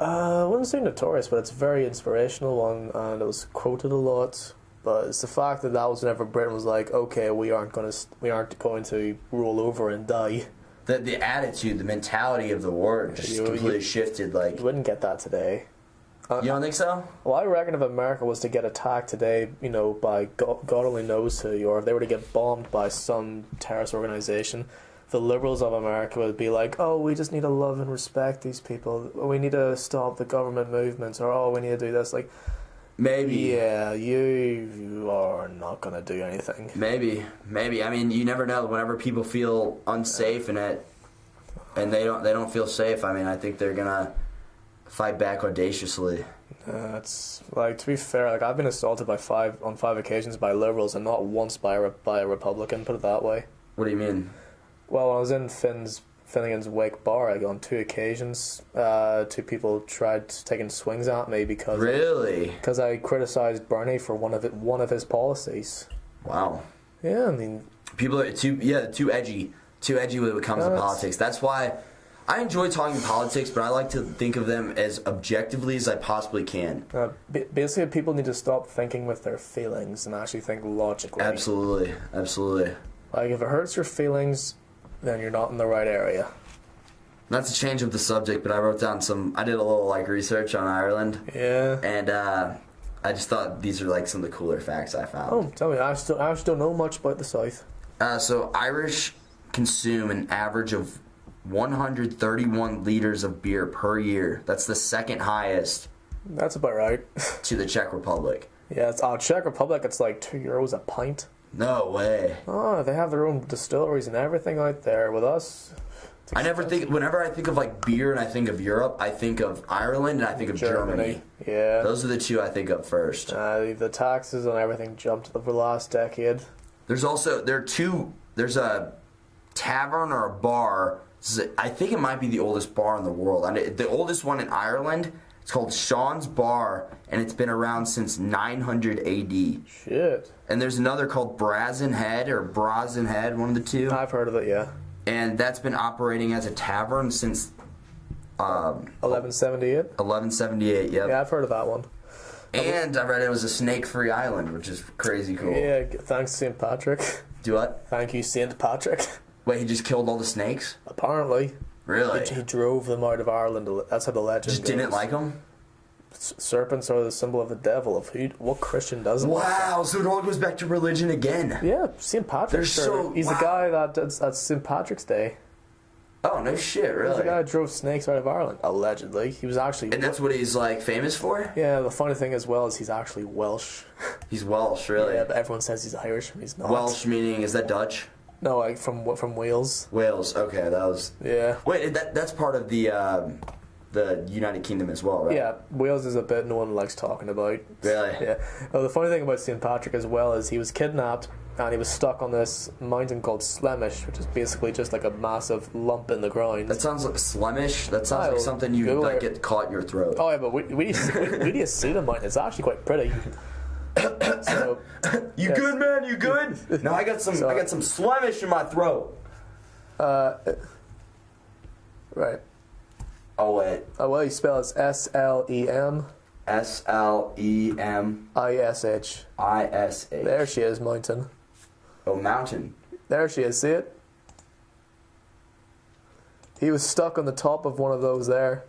C: uh, I wouldn't say notorious, but it's a very inspirational one, and it was quoted a lot. But it's the fact that that was whenever Britain was like, okay, we aren't going to, we aren't going to roll over and die.
B: The the attitude, the mentality of the war just
C: You-
B: completely shifted. Like
C: You wouldn't get that today.
B: you don't think so?
C: Well, I reckon if America was to get attacked today, you know, by go- God only knows who, or if they were to get bombed by some terrorist organization, the liberals of America would be like, oh, we just need to love and respect these people. We need to stop the government movements, or oh, we need to do this. Like,
B: Maybe.
C: yeah, you, you are not going to do anything.
B: Maybe. Maybe. I mean, you never know. Whenever people feel unsafe and it, and they don't they don't feel safe. I mean, I think they're gonna fight back audaciously.
C: Uh, it's like, to be fair, like, I've been assaulted by five on five occasions by liberals and not once by a, re- by a Republican, put it that way.
B: What do you mean?
C: Well, when I was in Finn's Finnegan's Wake Bar, like on two occasions, uh, two people tried taking swings at me because
B: Really?
C: because I criticized Bernie for one of it, one of his policies.
B: Wow.
C: Yeah, I mean,
B: People are too yeah too edgy, too edgy when it comes to
C: That's-
B: politics. That's why I enjoy talking politics, but I like to think of them as objectively as I possibly can.
C: Uh, ba- basically, people need to stop thinking with their feelings and actually think logically.
B: Absolutely, absolutely.
C: Like, if it hurts your feelings, then you're not in the right area.
B: Not to change up the subject, but I wrote down some. I did a little like research on Ireland,
C: Yeah.
B: and uh, I just thought these are like some of the cooler facts I found.
C: Oh, tell me, I still, I still know much about the South.
B: Uh, so Irish consume an average of 131 liters of beer per year. That's the second highest
C: That's about right.
B: to the Czech Republic.
C: yeah, it's uh, Czech Republic. It's like two euros a pint.
B: No way.
C: Oh, they have their own distilleries and everything out there. With us,
B: I never think. Whenever I think of like beer and I think of Europe, I think of Ireland and I think of Germany.
C: Yeah.
B: Those are the two I think of first.
C: uh, the taxes on everything jumped over the last decade.
B: There's also there are two. There's a tavern or a bar. This is a- I think it might be the oldest bar in the world. And it- the oldest one in Ireland. It's called Sean's Bar, and it's been around since 900 AD.
C: Shit.
B: And there's another called Brazen Head or Brazen Head, one of the two,
C: I've heard of it, yeah.
B: and that's been operating as a tavern since um,
C: 1178?
B: 1178. Yep.
C: Yeah, I've heard of that one.
B: And I read it was a snake-free island, which is crazy cool.
C: Yeah, g- thanks, St. Patrick.
B: Do what?
C: Thank you, St. Patrick.
B: Wait, he just killed all the snakes?
C: Apparently,
B: Really?
C: he drove them out of Ireland. That's how the legend
B: just
C: goes.
B: didn't like them?
C: S- serpents are the symbol of the devil. Of who? What Christian doesn't?
B: Wow, so it all goes back to religion again.
C: Yeah, St. Patrick.
B: They're
C: sure.
B: so-
C: He's
B: wow.
C: the guy that that's, that's St. Patrick's Day.
B: Oh, no shit,
C: He's the guy
B: really?
C: that drove snakes out of Ireland. Allegedly, he was actually.
B: And that's what he's like famous for?
C: yeah, the funny thing as well is he's actually Welsh.
B: He's Welsh, really.
C: Yeah, but everyone says he's Irish, but he's not.
B: Welsh meaning, is that Dutch?
C: No, like from from Wales.
B: Wales, okay, that was.
C: Yeah.
B: Wait, that, that's part of the um, the United Kingdom as well, right?
C: Yeah, Wales is a bit no one likes talking about.
B: Really?
C: Yeah. Well, the funny thing about St. Patrick as well is he was kidnapped and he was stuck on this mountain called Slemish, which is basically just like a massive lump in the ground.
B: That sounds like Slemish. That sounds like
C: Oh,
B: something you
C: Google
B: like
C: it.
B: get caught in your throat.
C: oh yeah, but we we need, to- we, we need to see the mountain. It's actually quite pretty. so
B: you
C: yeah.
B: good, man? You good? no, I got some. I
C: Sorry.
B: got some Slemish in my throat.
C: right.
B: Oh wait,
C: Oh well, you spell it S L E M
B: S L E M
C: I S H.
B: I S H.
C: There she is, mountain.
B: Oh, mountain.
C: There she is. See it? He was stuck on the top of one of those there.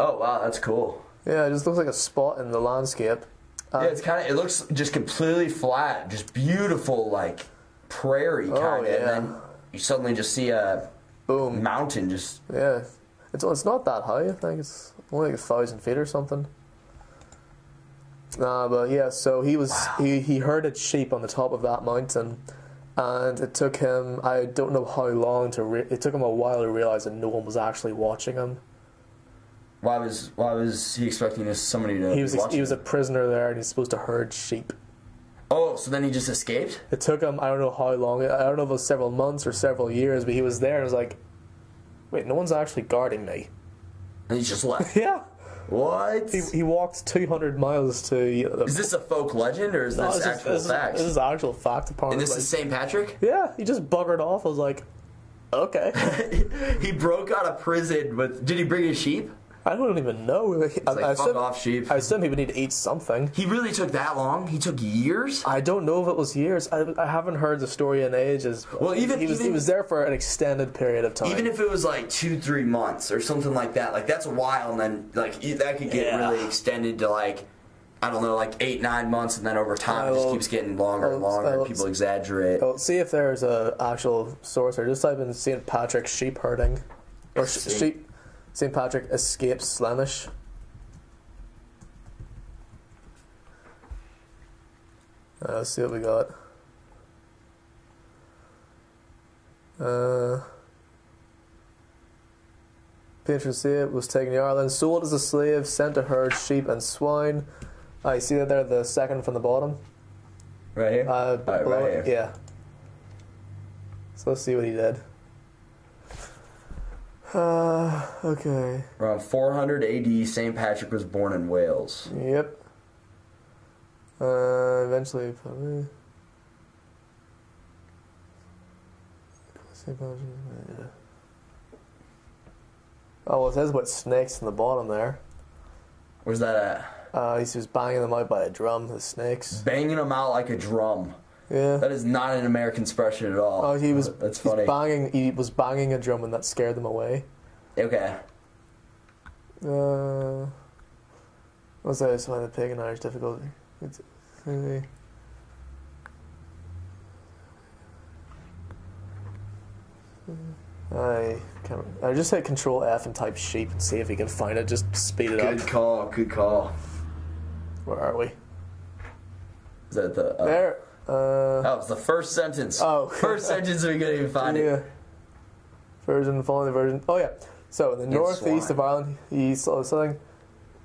B: Oh wow, that's cool.
C: Yeah, it just looks like a spot in the landscape.
B: yeah, it's kind of. It looks just completely flat, just beautiful, like prairie kind of.
C: yeah.
B: And then you suddenly just see a
C: Boom.
B: mountain. Just
C: Yeah, it's it's not that high. I think it's only like a thousand feet or something. Nah, but yeah. So he was he he herded sheep on the top of that mountain, and it took him I don't know how long to re- it took him a while to realize that no one was actually watching him.
B: why was why was he expecting this somebody to?
C: He was
B: be
C: ex-
B: watching
C: he was a
B: him?
C: prisoner there, and he's supposed to herd sheep.
B: Oh, so then he just escaped.
C: It took him I don't know how long. I don't know if it was several months or several years, but he was there and was like, wait, no one's actually guarding me.
B: And he just left.
C: Yeah.
B: what?
C: He, he walked 200 miles to the
B: Is this a folk legend or is
C: No,
B: this
C: this is-
B: actual
C: this is,
B: fact?
C: This is actual fact. Apparently,
B: and this is
C: Like,
B: St. Patrick?
C: yeah. He just buggered off. I was like, okay.
B: he broke out of prison with. Did he bring his sheep?
C: I don't even know. Like, I,
B: like,
C: I
B: "Fuck
C: assume,
B: off, sheep."
C: I assume he would need to eat something.
B: He really took that long? He took years?
C: I don't know if it was years. I, I haven't heard the story in ages. but
B: Well, even-
C: he was he
B: even-
C: was there for an extended period of time.
B: Even if it was like two, three months or something like that, like that's a while, and then like you- that could get
C: Yeah.
B: really extended to like. I don't know, like eight, nine months, and then over time it just
C: I'll-
B: keeps getting longer and
C: I'll-
B: longer. and
C: I'll-
B: People exaggerate.
C: Well, see if there's a actual source or just type in St. Patrick sheep herding or sh-
B: See.
C: sheep. St. Patrick escapes Slemish. Uh, let's see what we got. Uh, patron saint was taken to Ireland, sold as a slave, sent to herd sheep and swine. I see that they're the second from the bottom.
B: Right here?
C: Uh,
B: right,
C: below
B: right
C: it,
B: here.
C: Yeah. So let's see what he did. Uh, okay.
B: Around 400 AD, St. Patrick was born in Wales.
C: Yep. Uh, eventually, probably. Oh, well, it says about snakes in the bottom there.
B: Where's that at?
C: Uh, he's just banging them out by a drum, the snakes.
B: Banging them out like a drum.
C: Yeah.
B: That is not an American expression at all.
C: Oh, he was.
B: That's
C: he's
B: funny.
C: Banging, he was banging a drum, and that scared them away.
B: okay.
C: Uh, what's that? I just find the pig and Irish difficult. It's, uh, I can't. I just hit Control F and type sheep and see if we can find it. Just speed it
B: Good
C: up.
B: call. Good call.
C: Where are we?
B: Is that the? Uh,
C: There. Uh,
B: That was the first sentence.
C: Oh.
B: first sentence we couldn't even find
C: yeah.
B: it.
C: Version following the version. Oh yeah. So in the northeast
B: swine.
C: of Ireland, he saw something.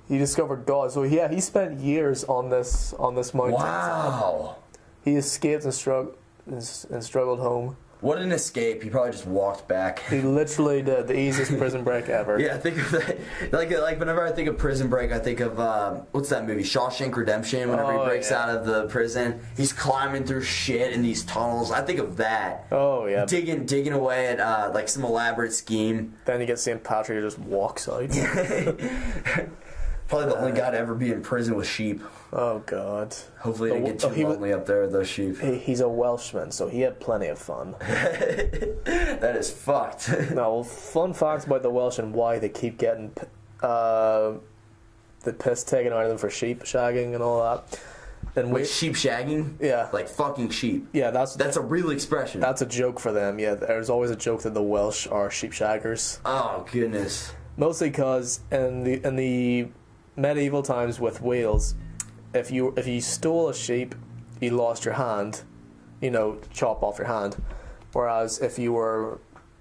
C: He discovered God. So yeah, he spent years on this on this mountain.
B: Wow.
C: He escaped and struggled and s- and struggled home.
B: What an escape. He probably just walked back.
C: He literally did the easiest prison break ever.
B: Yeah, I think of that. Like, like whenever I think of Prison Break, I think of um, what's that movie, Shawshank Redemption. Whenever
C: Oh,
B: he breaks
C: yeah.
B: out of the prison, he's climbing through shit in these tunnels. I think of that.
C: Oh yeah.
B: Digging, digging away at uh, like some elaborate scheme.
C: Then you get St. Patrick who just walks out.
B: Probably
C: Uh,
B: the only guy to ever be in prison with sheep.
C: Oh god.
B: Hopefully, they
C: Oh,
B: get
C: oh,
B: too
C: he was-
B: lonely up there with those sheep.
C: He- He's a Welshman, so he had plenty of fun.
B: That is fucked.
C: Now, well, fun facts about the Welsh and why they keep getting p- uh, the piss taken out of them for sheep shagging and all that. And we,
B: Wait, sheep shagging?
C: Yeah.
B: Like fucking sheep.
C: yeah, that's that's,
B: That's a real expression.
C: a joke for them. Yeah, there's always a joke that the Welsh are sheep shaggers,
B: oh goodness.
C: mostly because in the in the medieval times with Wales, if you if you stole a sheep, you lost your hand, you know, chop off your hand. Whereas if you were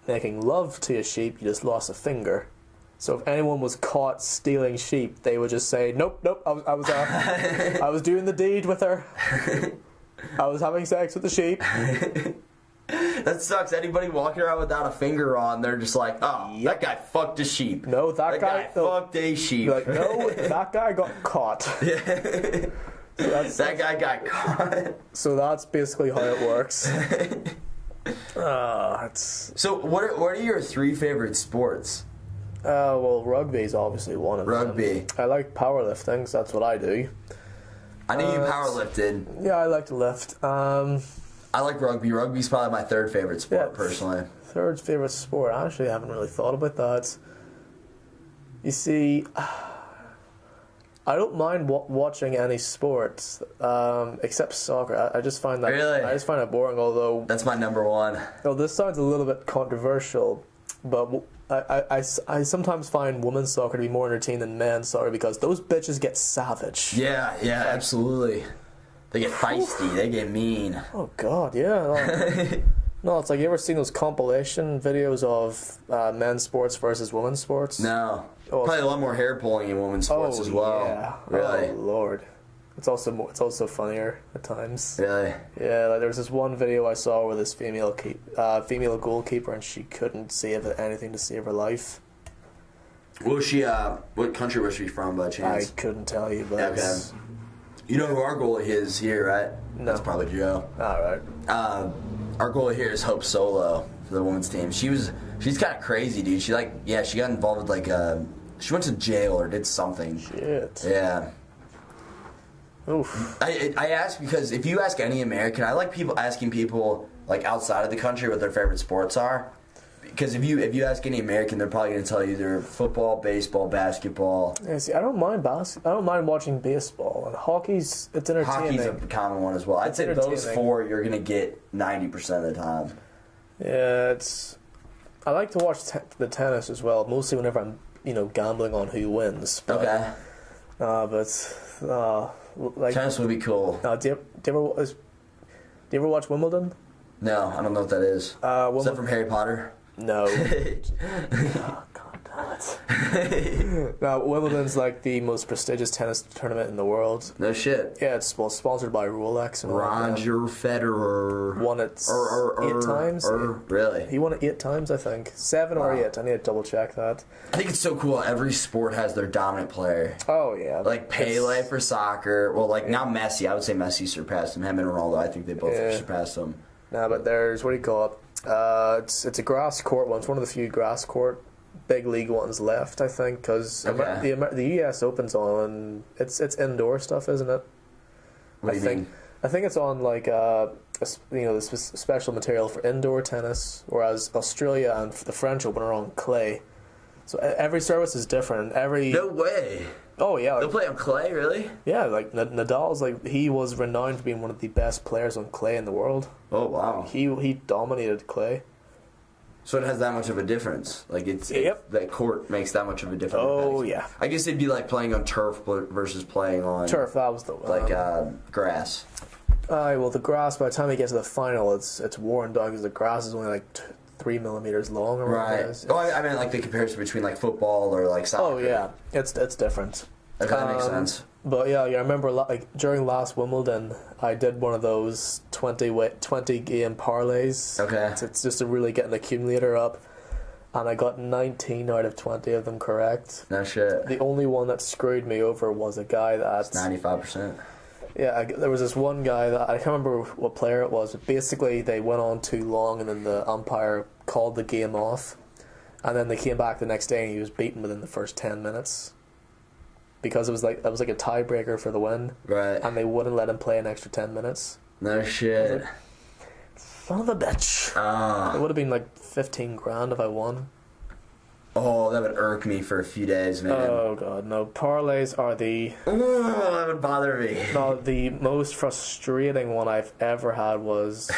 C: making love to a sheep, you just lost a finger. So if anyone was caught stealing sheep, they would just say, "Nope, nope, I was, I was, uh, I was doing the deed with her. I was having sex with the sheep."
B: That sucks. Anybody walking around without a finger on, they're just like, oh, that guy fucked a sheep.
C: No, that
B: guy,
C: guy- no.
B: fucked a sheep.
C: Be like, no, that guy got caught. So that's
B: that guy got caught.
C: so that's basically how it works. Uh, it's
B: So, what are, what are your three favorite sports?
C: uh, well, rugby's obviously one of them.
B: Rugby.
C: I like powerlifting. 'cause that's what I do.
B: I knew you
C: Uh,
B: powerlifted.
C: Yeah, I like to lift. Um,
B: I like rugby. Rugby's probably my third favorite sport,
C: Yeah.
B: personally.
C: third favorite sport. I actually haven't really thought about that. You see, I don't mind wa watching any sports um, except soccer. I, I just find that
B: Really?
C: I just find it boring. Although
B: That's my number one.
C: Now, this sounds a little bit controversial, but w- I, I- I s- I sometimes find women's soccer to be more entertaining than men's soccer because those bitches get savage.
B: Yeah, yeah, absolutely. They get feisty. They get mean.
C: Oh, God, yeah. no. no, it's like you ever seen those compilation videos of uh, men's sports versus women's sports?
B: No.
C: Oh.
B: Probably a lot more hair pulling in women's
C: Oh,
B: sports as well.
C: yeah.
B: Really?
C: Oh, Lord. It's also more, it's also funnier at times.
B: Really?
C: Yeah, like there was this one video I saw where this female keep, uh, female goalkeeper and she couldn't save anything to save her life.
B: What was she, uh, what country was she from by
C: I
B: chance?
C: couldn't tell you, but it's-
B: Okay. You know who our goalie is here, right?
C: No.
B: That's probably Joe.
C: all right.
B: Uh, our goalie here is Hope Solo for the women's team. She was, she's kind of crazy, dude. She, like, yeah, she got involved with, like, uh, she went to jail or did something.
C: Shit.
B: Yeah.
C: Oof.
B: I, I ask because if you ask any American, I like people asking people like outside of the country what their favorite sports are. Because if you if you ask any American, they're probably going to tell you they're football, baseball, basketball.
C: Yeah, see, I don't mind bas- I don't mind watching baseball and hockey's. It's entertaining.
B: Hockey's a common one as well. I'd
C: It's
B: say those
C: entertaining.
B: four you're going to get ninety percent of the time.
C: yeah, it's. I like to watch te- the tennis as well, mostly whenever I'm you know gambling on who wins. But,
B: Okay,
C: Uh, but uh, like
B: tennis would be cool.
C: now, do you, do you ever is, do you ever watch Wimbledon?
B: No, I don't know what that is.
C: Uh,
B: is that
C: Wimbledon.
B: from Harry Potter?
C: No. oh, God damn it. now Wimbledon's like the most prestigious tennis tournament in the world.
B: No shit.
C: Yeah, it's well, sponsored by Rolex and all that.
B: Roger Federer
C: Won it s-
B: er,
C: eight times?
B: or- really?
C: He won it eight times, I think. Seven or
B: Wow.
C: eight. I need to double check that.
B: I think it's so cool. Every sport has their dominant player.
C: Oh yeah,
B: Like Pele for soccer. Well, like now Messi. I would say Messi surpassed him. Him and Ronaldo. I think they both
C: Yeah.
B: surpassed him.
C: No, but there's what do you call it? Uh, it's it's a grass court one. It's one of the few grass court big league ones left, I think, because
B: Okay.
C: the Amer- the U.S. Open's on. It's it's indoor stuff, isn't it?
B: What
C: I
B: do you
C: think
B: mean?
C: I think it's on like uh, a s- you know the spe- special material for indoor tennis, whereas Australia and f- the French Open are on clay. So e- every service is different. Every
B: No way.
C: oh yeah,
B: They'll
C: like,
B: play on clay, really?
C: yeah. Like N- Nadal's like he was renowned for being one of the best players on clay in the world.
B: Oh wow.
C: He he dominated clay.
B: So it has that much of a difference. Like it's, it's-
C: Yep.
B: that court makes that much of a difference.
C: Oh, yeah.
B: I guess it'd be like playing on turf bl- versus playing on
C: Turf that was the
B: like
C: um,
B: uh, grass.
C: Aye, well, the grass. By the time you get to the final, it's it's worn down because the grass is only like t- three millimeters long. Or whatever
B: Right.
C: it is.
B: Oh, I, I meant like the comparison between like football or like soccer.
C: oh yeah, it's it's different.
B: Okay, that makes
C: Um,
B: sense.
C: But yeah, yeah, I remember la- like during last Wimbledon, I did one of those 20, wa- 20 game parlays.
B: Okay.
C: it's, it's just to really get an accumulator up, and I got nineteen out of twenty of them correct.
B: No shit.
C: The only one that screwed me over was a guy that
B: Ninety-five percent.
C: Yeah, I, there was this one guy that I can't remember what player it was, but basically they went on too long, and then the umpire called the game off, and then they came back the next day and he was beaten within the first ten minutes, because it was like it was like a tiebreaker for the win,
B: Right.
C: and they wouldn't let him play an extra ten minutes.
B: No shit.
C: Son of a bitch! It
B: Ah.
C: would have been like fifteen grand if I won.
B: oh, that would irk me for a few days, man.
C: Oh god, no! Parlays are the
B: Ooh, that would bother me.
C: No, the most frustrating one I've ever had was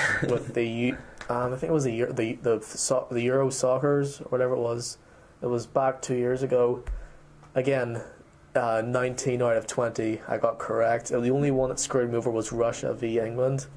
C: with the Eu- um, I think it was the Eu- the the so- the Euro Soccer's or whatever it was. It was back two years ago. Again, uh, nineteen out of twenty I got correct. The only one that screwed me over was Russia v England.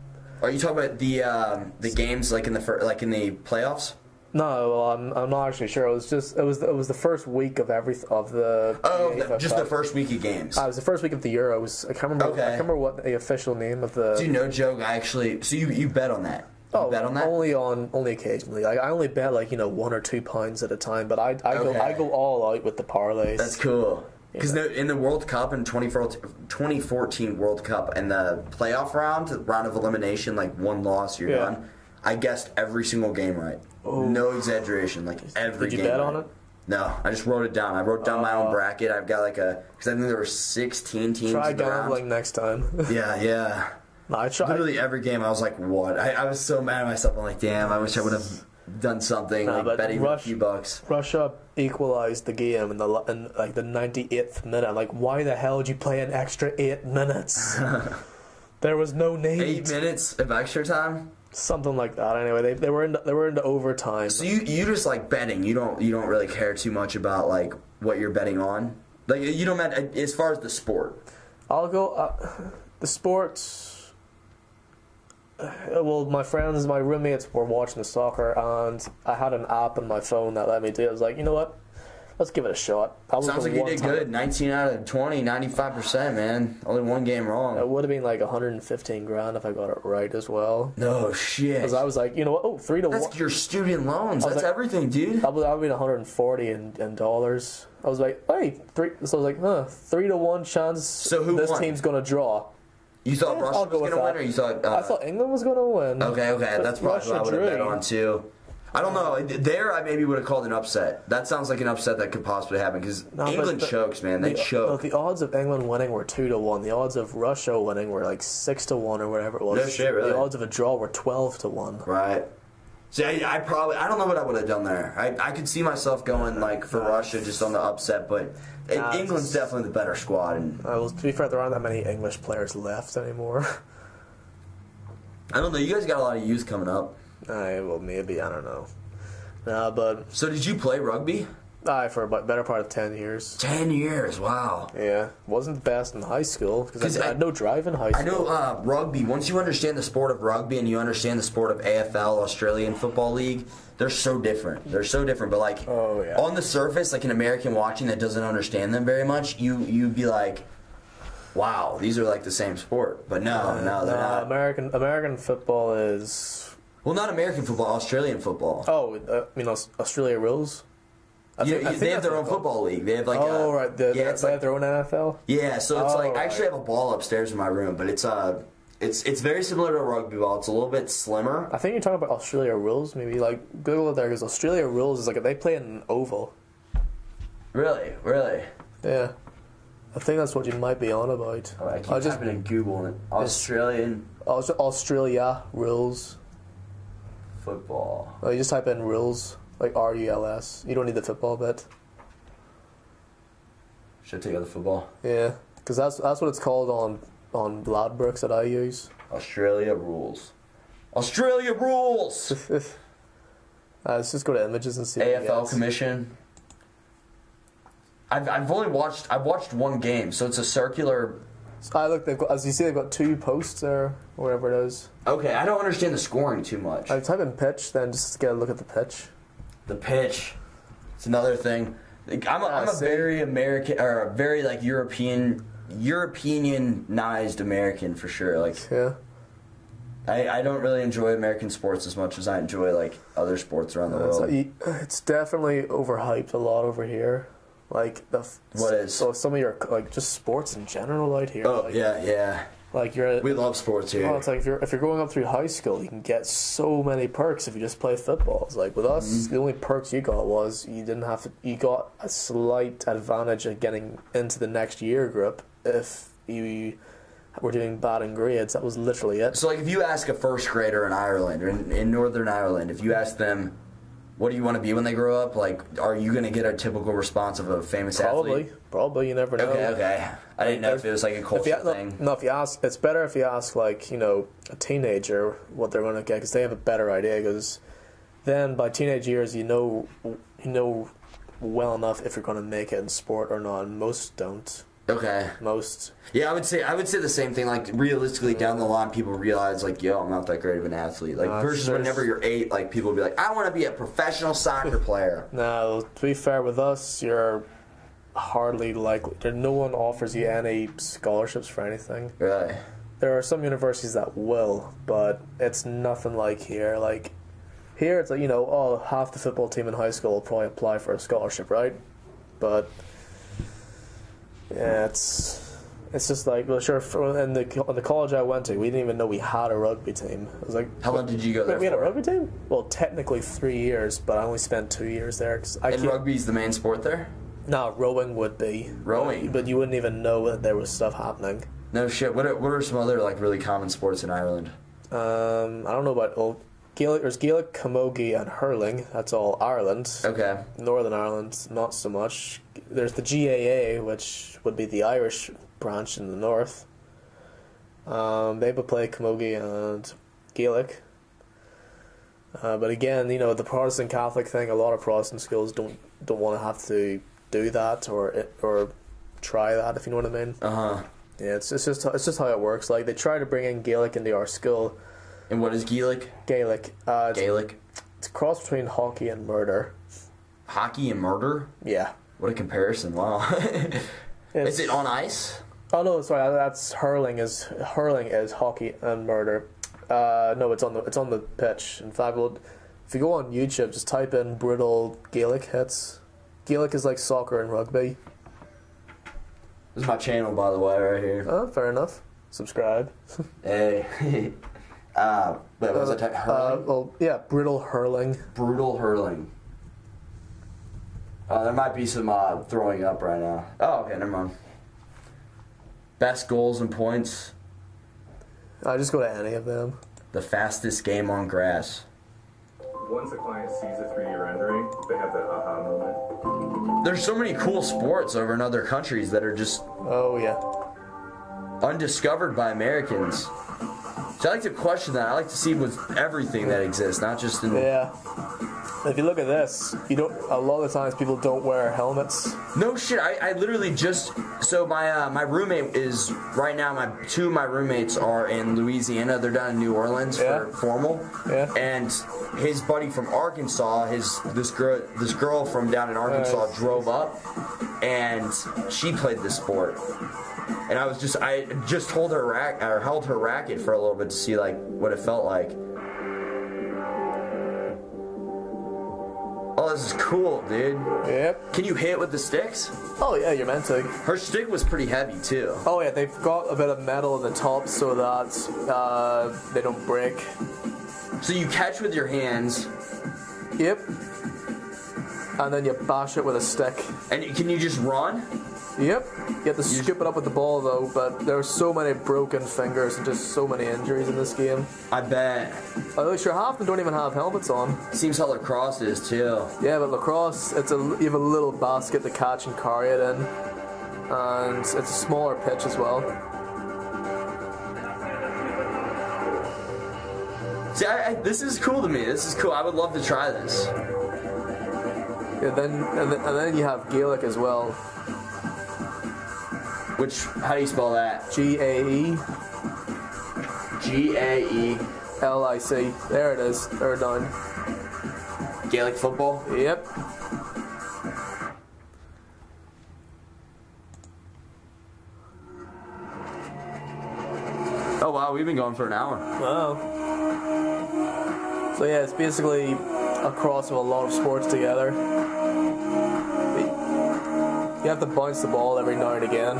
B: Are you talking about the um, the games like in the fir- like in the playoffs?
C: No, well, I'm I'm not actually sure. It was just it was it was the first week of every of the
B: Oh,
C: UEFA
B: just the
C: Cup.
B: first week of games.
C: Uh, it was the first week of the Euros. I can't remember.
B: Okay.
C: I can't remember what the official name of the.
B: Dude, no joke. I actually. So you you bet on that. You bet on that.
C: Oh, only on only occasionally. Like I only bet like you know one or two pounds at a time, but I I
B: Okay.
C: go I go all out with the parlays.
B: That's cool. Because in the World Cup in 2014 2014 World Cup and the playoff round, round of elimination, like one loss, you're
C: Yeah. Oh.
B: done. I guessed every single game right. No exaggeration, like every.
C: Did you
B: game
C: bet
B: right.
C: on it? Oh.
B: No, I just wrote it down. I wrote down my own bracket. I've got like a because I think there were 16 teams.
C: Try
B: in the round.
C: gambling next time.
B: Yeah, yeah.
C: no, I try.
B: Literally every game, I was like, "What?" I, I was so mad at myself. I'm like, "Damn, I wish I would have done something."
C: Nah,
B: like
C: but
B: betting
C: Rush-
B: a few bucks.
C: Russia equalized the game in the la- in like the ninety eighth minute. Like why the hell did you play an extra eight minutes? there was no need.
B: Eight minutes of extra time.
C: Something like that. Anyway, they, they were into they were into overtime.
B: So you you just like betting. You don't you don't really care too much about like what you're betting on. Like you don't matter as far as the sport.
C: I'll go. Uh, the sports. Uh, Well, my friends, my roommates were watching the soccer, and I had an app on my phone that let me do it. I was like, you know what? Let's give it a shot. That was
B: Sounds
C: the
B: like you
C: one
B: did
C: time-
B: good. 19 out of 20, 95 percent, man. Only one game
C: It
B: wrong.
C: would have been like 115 grand if I got it right as well.
B: No shit.
C: Because I was like, you know what? Oh, three to one.
B: That's your student loans.
C: was
B: That's
C: like-
B: everything, dude.
C: That would have been 140 in, in dollars. I was like, hey, three. So I was like, huh, three to one chance.
B: So who
C: this
B: won?
C: team's gonna draw.
B: You thought
C: Yeah,
B: Russia
C: I'll
B: was
C: go with
B: gonna win,
C: that.
B: or you thought? Uh,
C: I thought England was gonna win.
B: Okay, okay,
C: But
B: that's probably what I
C: Russia
B: would have bet
C: drew.
B: on too. I don't know. There, I maybe would have called an upset. That sounds like an upset that could possibly happen because
C: No, but
B: England
C: the-
B: chokes, man. They
C: the, no,
B: choke.
C: the odds of England winning were two to one. The odds of Russia winning were like six to one or whatever it was.
B: No shit, really?
C: The odds of a draw were twelve to one.
B: Right. See, I, I probably I don't know what I would have done there. I, I could see myself going like for Russia just on the upset, but
C: Nah,
B: England's
C: it's-
B: definitely the better squad. And
C: I was Uh, to be fair, there aren't that many English players left anymore.
B: I don't know. You guys got a lot of youth coming up.
C: I well maybe I don't know. Nah, but
B: So did you play rugby?
C: I for about better part of ten years.
B: Ten years. Wow.
C: Yeah, wasn't the best in high school 'cause
B: 'Cause
C: I,
B: I-
C: I had no drive in high
B: I
C: school.
B: know uh, rugby. Once you understand the sport of rugby and you understand the sport of AFL, Australian Football League, they're so different. They're so different. But like
C: Oh, yeah.
B: on the surface, like an American watching that doesn't understand them very much, you you'd be like, "Wow, these are like the same sport." But no, no, they're
C: Uh, Nah,
B: not.
C: American American football is
B: well, not American football, Australian football.
C: oh uh, I mean Aus- Australia rules. I
B: You-
C: think-
B: you-
C: I think
B: they have
C: that's
B: their
C: what
B: own
C: it's called.
B: football league. They have like
C: Oh
B: a,
C: right, the,
B: yeah,
C: they,
B: it's
C: they
B: like
C: have their own NFL.
B: Yeah, so it's
C: Oh,
B: like I actually
C: right.
B: have a ball upstairs in my room, but it's uh it's it's very similar to a rugby ball. It's a little bit slimmer.
C: I think you're talking about Australia rules. Maybe like Google it there because Australia rules is like they play in an oval.
B: Really, really.
C: Yeah. I think that's what you might be on about.
B: Oh, I keep
C: I just
B: typing in Google and Australian
C: Aus- Australia rules.
B: football.
C: Oh, you just type in rules like R U L S. You don't need the football bit.
B: Should I take out the football?
C: Yeah, because that's that's what it's called on on Ladbrokes that I use.
B: Australia rules. Australia rules.
C: uh, let's just go to images and see. what we
B: AFL
C: get.
B: Commission. I've, I've only watched I've watched one game, so it's a circular.
C: So I look. They've got, as you see, they've got two posts there, or whatever it is.
B: Okay, I don't understand the scoring too much.
C: I type in pitch, then just get a look at the pitch.
B: the pitch. It's another thing. Like, I'm a, I'm
C: I
B: a
C: see.
B: very American or a very like European Europeanized American for sure. Like
C: Yeah,
B: I, I don't really enjoy American sports as much as I enjoy like other sports around the
C: it's,
B: world.
C: like- it's definitely overhyped a lot over here. Like the f-
B: What is?
C: so some of your like just sports in general out here.
B: oh
C: like,
B: yeah, yeah.
C: like you're at,
B: We love sports here.
C: Well, it's like if you're if you're going up through high school, you can get so many perks if you just play football. It's like with us,
B: Mm-hmm.
C: the only perks you got was you didn't have to. You got a slight advantage of getting into the next year group if you were doing bad in grades. That was literally it.
B: So, like, if you ask a first grader in Ireland or in, in Northern Ireland, if you ask them, what do you want to be when they grow up? Like, are you going to get a typical response of a famous
C: Probably,
B: athlete?
C: probably you never know.
B: Okay, okay. I didn't know if it was like a
C: If you,
B: cultural
C: no,
B: thing.
C: no, if you ask, it's better if you ask like you know a teenager what they're going to get because they have a better idea. Because then by teenage years, you know you know well enough if you're going to make it in sport or not. And most don't.
B: Okay.
C: Most
B: Yeah, I would say I would say the same thing. Like, realistically, down the line, people realize like, yo, I'm not that great of an athlete. Like,
C: No,
B: versus
C: there's-
B: whenever you're eight, like, people will be like, I want to be a professional soccer player.
C: now, to be fair with us, you're hardly likely. There, no one offers you any scholarships for anything.
B: Really?
C: There are some universities that will, but it's nothing like here. Like here, it's like you know, oh, half the football team in high school will probably apply for a scholarship, right? But yeah, it's it's just like well, sure. For, in the co- in the college I went to, we didn't even know we had a rugby team. It was like
B: How long did you go there
C: wait, we had a
B: for?
C: rugby team? Well, technically three years, but I only spent two years there 'cause I
B: And
C: can't.
B: rugby's the main sport there.
C: no, rowing would be
B: Rowing?
C: but you wouldn't even know that there was stuff happening.
B: No shit. What are, what are some other like really common sports in Ireland?
C: Um, I don't know about old Gaelic. There's Gaelic, Camogie, and hurling. That's all Ireland.
B: Okay.
C: Northern Ireland, not so much. There's the GAA, which would be the Irish branch in the north. Um, they would play Camogie and Gaelic. Uh, but again, you know the Protestant Catholic thing. A lot of Protestant schools don't don't want to have to do that or or try that. If you know what I mean.
B: Uh huh.
C: Yeah, it's, it's just it's just how it works. Like they try to bring in Gaelic into our school.
B: And what is Gaelic?
C: Gaelic. Uh, it's,
B: Gaelic.
C: it's a cross between hockey and murder.
B: Hockey and murder?
C: Yeah.
B: What a comparison. Wow. is
C: It's-
B: it on ice?
C: Oh no, sorry. That's hurling. Is hurling is hockey and murder. Uh, no, it's on the it's on the pitch. In fact, well, if you go on YouTube, just type in brutal Gaelic hits. Gaelic is like soccer and rugby.
B: This is my channel, by the way, right here.
C: Oh, fair enough. Subscribe.
B: Hey. uh, but what was I type?
C: Uh,
B: Hurling?
C: well, yeah, brutal hurling.
B: Brutal hurling. Uh, there might be some uh, throwing up right now. Oh, okay, never mind. Best goals and points.
C: I just go to any of them.
B: The fastest game on grass.
D: Once a client sees a 3D rendering, they have that aha moment.
B: There's so many cool sports over in other countries that are just
C: Oh yeah.
B: undiscovered by Americans. So I like to question that. I like to see with everything that exists, not just in.
C: Yeah. If you look at this, you don't. A lot of times, people don't wear helmets.
B: No shit. I, I literally just so my uh, my roommate is right now. My two of my roommates are in Louisiana. They're down in New Orleans
C: Yeah.
B: for formal.
C: Yeah.
B: And his buddy from Arkansas, his this girl this girl from down in Arkansas
C: Nice.
B: drove up, and she played this sport. And I was just I just hold her rack or held her racket for a little bit to see like what it felt like. Oh, this is cool, dude.
C: Yep.
B: Can you hit with the sticks?
C: Oh yeah, you're meant to.
B: Her stick was pretty heavy too.
C: Oh yeah, they've got a bit of metal in the top so that uh, they don't break.
B: So you catch with your hands.
C: Yep. and then you bash it with a stick.
B: And can you just run?
C: Yep. You have to scoop it up with the ball though, but there are so many broken fingers and just so many injuries in this game.
B: I bet.
C: Although sure half of them don't even have helmets on.
B: Seems how lacrosse is too.
C: Yeah, but lacrosse, it's a you have a little basket to catch and carry it in, and it's a smaller pitch as well.
B: See, I, I, this is cool to me. This is cool. I would love to try this.
C: Yeah, then and, then and then you have Gaelic as well.
B: Which, how do you spell that?
C: G A E
B: G A E
C: L I C. There it is. They're done.
B: Gaelic football.
C: Yep.
B: Oh wow, we've been going for an hour.
C: Wow. So yeah, it's basically a cross of a lot of sports together. You have to bounce the ball every now and again.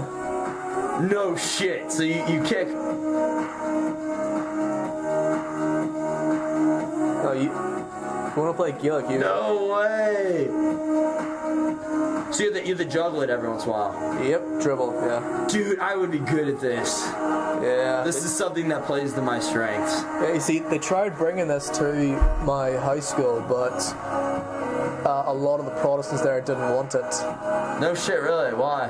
B: No shit. So you, you kick.
C: No, you, you want to play Gaelic? You
B: No way. So you're the, you're the juggler every once in a while.
C: Yep, dribble. Yeah,
B: Dude, I would be good at this.
C: yeah.
B: This is something that plays to my strengths.
C: Yeah, you see, they tried bringing this to my high school, but uh, a lot of the Protestants there didn't want it.
B: No shit, really. Why?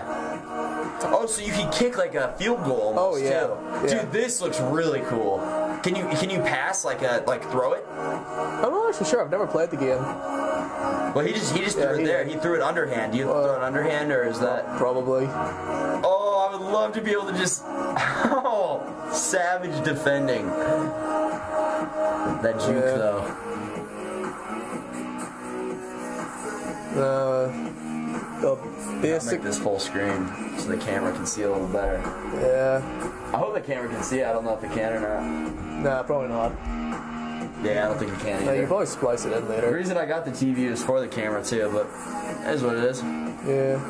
B: Oh, so you can kick like a field goal.
C: Oh,
B: Almost,
C: yeah.
B: Too.
C: Yeah.
B: Dude, this looks really cool. Can you can you pass like a like throw it?
C: I'm not actually sure. I've never played the game.
B: Well, he just he just
C: Yeah,
B: threw it
C: he
B: there.
C: did.
B: He threw it underhand. Do you
C: Uh,
B: throw it underhand or is that?
C: Probably.
B: Oh, I would love to be able to just. Oh, savage defending. That juke
C: Yeah.
B: though.
C: Uh, the basic.
B: Make this full screen so the camera can see a little better.
C: Yeah.
B: I hope the camera can see. it. I don't know if it can or not.
C: Nah, probably not.
B: Yeah, I don't think it can
C: No,
B: either.
C: you probably splice it in
B: The
C: later.
B: reason I got the TV is for the camera too, but that is what it is.
C: Yeah.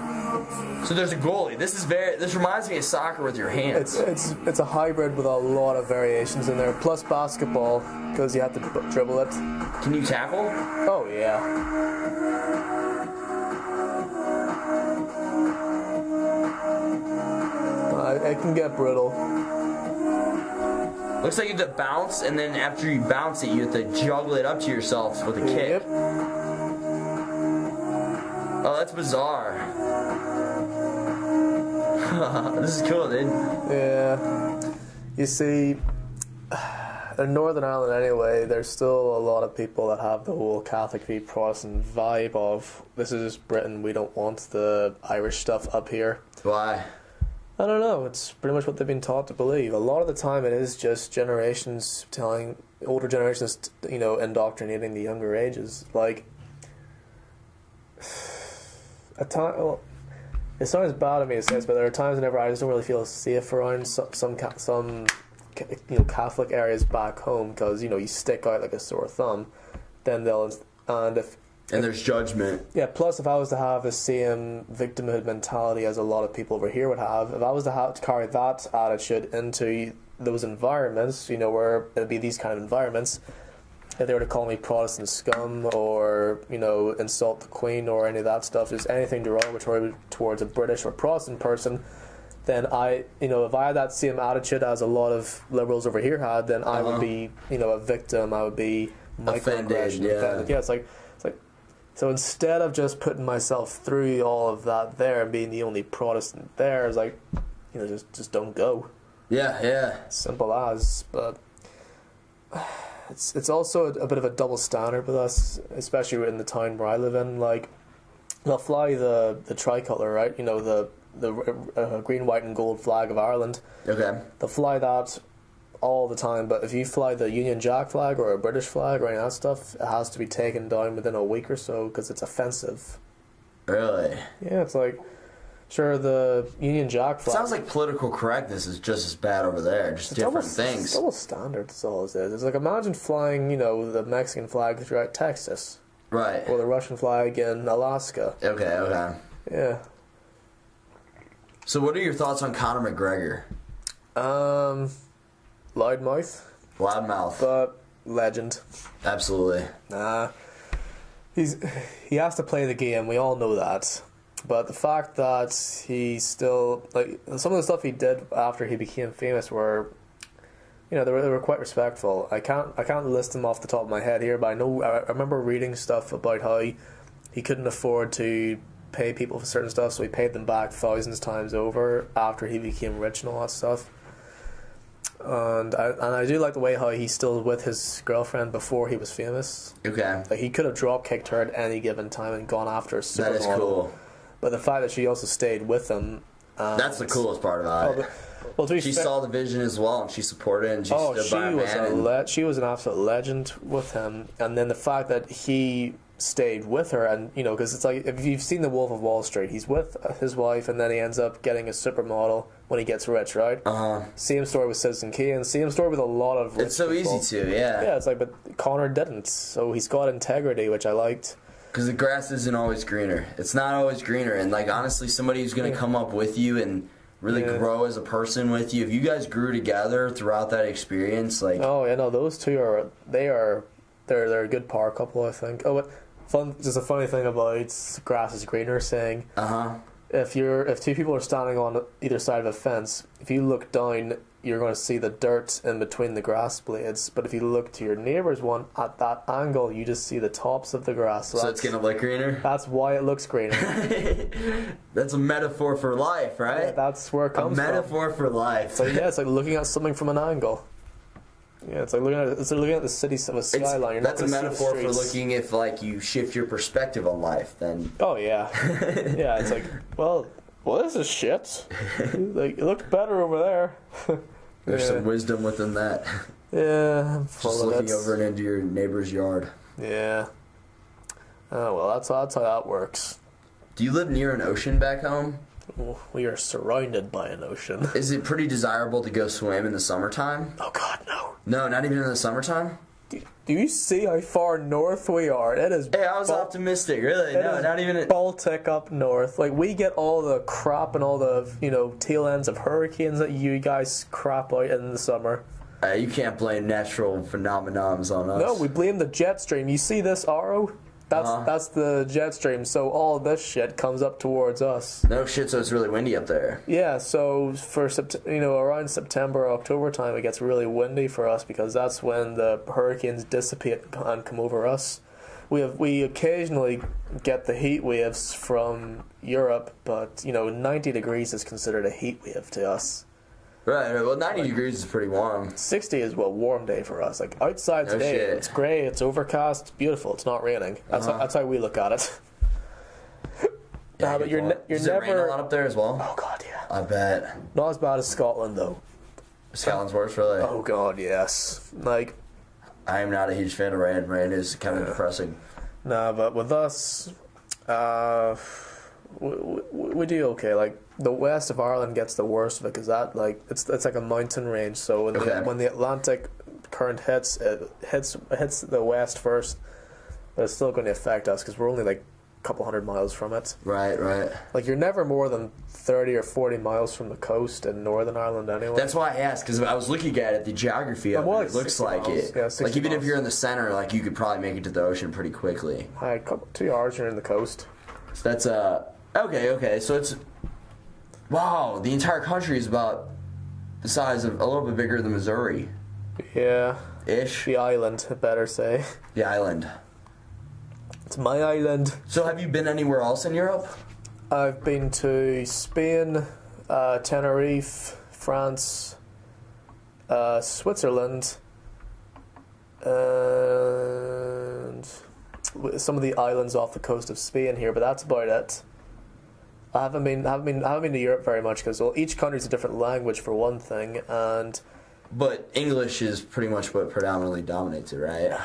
B: So there's a goalie. This is very. This reminds me of soccer with your hands.
C: It's it's it's a hybrid with a lot of variations in there, plus basketball because you have to b- dribble it.
B: Can you tackle?
C: Oh yeah. Uh, it can get brittle.
B: Looks like you have to bounce, and then after you bounce it, you have to juggle it up to yourself with a kick.
C: Yep.
B: Oh, that's bizarre. this is cool, dude.
C: Yeah. You see, in Northern Ireland anyway, there's still a lot of people that have the whole Catholic v Protestant vibe of this is Britain. We don't want the Irish stuff up here.
B: Why?
C: I don't know. It's pretty much what they've been taught to believe. A lot of the time, it is just generations telling older generations, you know, indoctrinating the younger ages. Like a time. Well, it's not as bad of me to say this, but there are times whenever I just don't really feel safe around some some ca- some ca- you know Catholic areas back home because you know you stick out like a sore thumb. Then they'll and if
B: And there's judgment.
C: yeah, plus if I was to have the same victimhood mentality as a lot of people over here would have, if I was to have to carry that attitude into those environments, you know, where it'd be these kind of environments, if they were to call me Protestant scum or, you know, insult the Queen or any of that stuff, just anything derogatory towards a British or Protestant person, then I, you know, if I had that same attitude as a lot of liberals over here had, then I
B: Uh-huh.
C: would be, you know, a victim. I would be
B: Offended,
C: microaggression,
B: yeah.
C: offended. Yeah, it's like, it's like, so instead of just putting myself through all of that there and being the only Protestant there, it's like, you know, just just don't go.
B: Yeah, yeah.
C: Simple as. But it's it's also a, a bit of a double standard with us, especially in the town where I live in. Like, they'll fly the the tricolor, right? You know, the the uh, green, white, and gold flag of Ireland.
B: Okay.
C: They'll fly that all the time, but if you fly the Union Jack flag or a British flag or any of that stuff, it has to be taken down within a week or so because it's offensive.
B: Really?
C: Yeah, it's like, sure, the Union Jack flag.
B: Sounds like political correctness is just as bad over there. Just different
C: double, It's
B: things.
C: double standard, that's all it is. It's like, imagine flying, you know, the Mexican flag throughout Texas
B: Right.
C: or the Russian flag in Alaska.
B: Okay. Okay.
C: Yeah.
B: So, what are your thoughts on Conor McGregor?
C: Um, loudmouth,
B: Loudmouth.
C: but legend.
B: Absolutely.
C: Nah. he's he has to play the game. We all know that. But the fact that he still like some of the stuff he did after he became famous were, you know, they were, they were quite respectful. I can't I can't list them off the top of my head here, but I know I I remember reading stuff about how he couldn't afford to pay people for certain stuff, so he paid them back thousands times over after he became rich and all that stuff. And I, and I do like the way how he's still with his girlfriend before he was famous.
B: Okay.
C: Like he could have drop kicked her at any given time and gone after a
B: That is
C: supermodel.
B: cool.
C: But the fact that she also stayed with him. Um,
B: That's the coolest part about it.
C: Well, to be
B: She
C: fair-
B: saw the vision as well, and she supported, and she
C: Oh,
B: stood
C: she
B: by her
C: was
B: man.
C: a
B: and-
C: le- she was an absolute legend with him, and then the fact that he stayed with her, and you know, because it's like if you've seen The Wolf of Wall Street, he's with his wife, and then he ends up getting a supermodel when he gets rich, right?
B: Uh-huh.
C: Same story with Citizen Kane, and same story with a lot of. Rich
B: It's so
C: people.
B: easy to, yeah.
C: Yeah, it's like, but Connor didn't, so he's got integrity, which I liked.
B: Because the grass isn't always greener. It's not always greener. And, like, honestly, somebody who's going to come up with you and really
C: Yeah.
B: grow as a person with you, if you guys grew together throughout that experience, like,
C: Oh yeah, no, those two are they are they're they're a good power couple, I think. Oh, but fun, just a funny thing about grass is greener saying.
B: uh huh.
C: if you're if two people are standing on either side of a fence, if you look down, you're going to see the dirt in between the grass blades. But if you look to your neighbor's one at that angle, you just see the tops of the grass.
B: So
C: that's,
B: it's going to look greener.
C: that's why it looks greener.
B: That's a metaphor for life, right?
C: Yeah, that's where it
B: a
C: comes from.
B: metaphor for life.
C: So yeah, it's like looking at something from an angle. Yeah, it's like looking at it's like looking at the city of a
B: It's-
C: skyline. You're not
B: that's a
C: gonna see the
B: metaphor for
C: streets.
B: looking if, like, you shift your perspective on life, then
C: Oh yeah, yeah. It's like well, well, this is shit. like it looked better over there.
B: there's
C: Yeah.
B: some wisdom within that.
C: Yeah, I'm full
B: Just
C: of
B: looking
C: that's-
B: over and into your neighbor's yard.
C: Yeah. Oh well, that's that's how that works.
B: Do you live near an ocean back home?
C: We are surrounded by an ocean.
B: Is it pretty desirable to go swim in the summertime?
C: Oh God, no!
B: No, not even in the summertime.
C: Do, do you see how far north we are? It is.
B: Hey, I was
C: Bal-
B: optimistic, really.
C: it
B: Eh, No,
C: is
B: not even. in-
C: Baltic up north. Like we get all the crap and all the you know tail ends of hurricanes that you guys crap out in the summer.
B: Uh, you can't blame natural phenomenons on us.
C: No, we blame the jet stream. You see this arrow? That's
B: Uh-huh.
C: that's the jet stream. So all this shit comes up towards us.
B: No shit, so it's really windy up there.
C: Yeah, so for Sept- you know around September October time, it gets really windy for us because that's when the hurricanes dissipate and come over us. We have we occasionally get the heat waves from Europe, but you know ninety degrees is considered a heat wave to us.
B: Right. right, Well, ninety degrees is pretty warm.
C: Sixty is what warm day for us. Like outside
B: No
C: today,
B: shit.
C: it's grey, it's overcast, it's beautiful, it's not raining. That's how, that's how we look at it.
B: Yeah,
C: Nah, but
B: good
C: you're
B: point.
C: ne- you're
B: Does it rain a
C: never-
B: lot up there as well?
C: Oh god, yeah.
B: I bet.
C: Not as bad as Scotland though.
B: Scotland's worse, really.
C: Oh god, yes. Like
B: I am not a huge fan of rain. Rain is kind of depressing.
C: Nah, but with us, uh, we, we, we do okay. Like the west of Ireland gets the worst of it because that like it's it's like a mountain range. So when
B: Okay.
C: the, when the Atlantic current hits, it hits hits the west first, but it's still going to affect us because we're only like a couple hundred miles from it.
B: Right, right.
C: Like you're never more than thirty or forty miles from the coast in Northern Ireland anyway.
B: That's why I asked because I was looking at it, the geography of
C: Well,
B: it,
C: it's
B: it looks
C: 60
B: like
C: miles.
B: it.
C: Yeah, 60
B: like even if
C: miles.
B: you're in the center, like you could probably make it to the ocean pretty quickly.
C: Hi, couple, two hours you're in the coast.
B: So that's uh okay, okay. So it's wow, the entire country is about the size of a little bit bigger than Missouri
C: Yeah,
B: ish.
C: the island, I better say.
B: The island.
C: It's my island.
B: So have you been anywhere else in Europe?
C: I've been to Spain, uh, Tenerife, France, uh, Switzerland, and w- some of the islands off the coast of Spain here, but that's about it. I haven't been, I haven't been, I haven't been to Europe very much because well, each country's a different language for one thing, and
B: But English is pretty much what predominantly dominates it, right?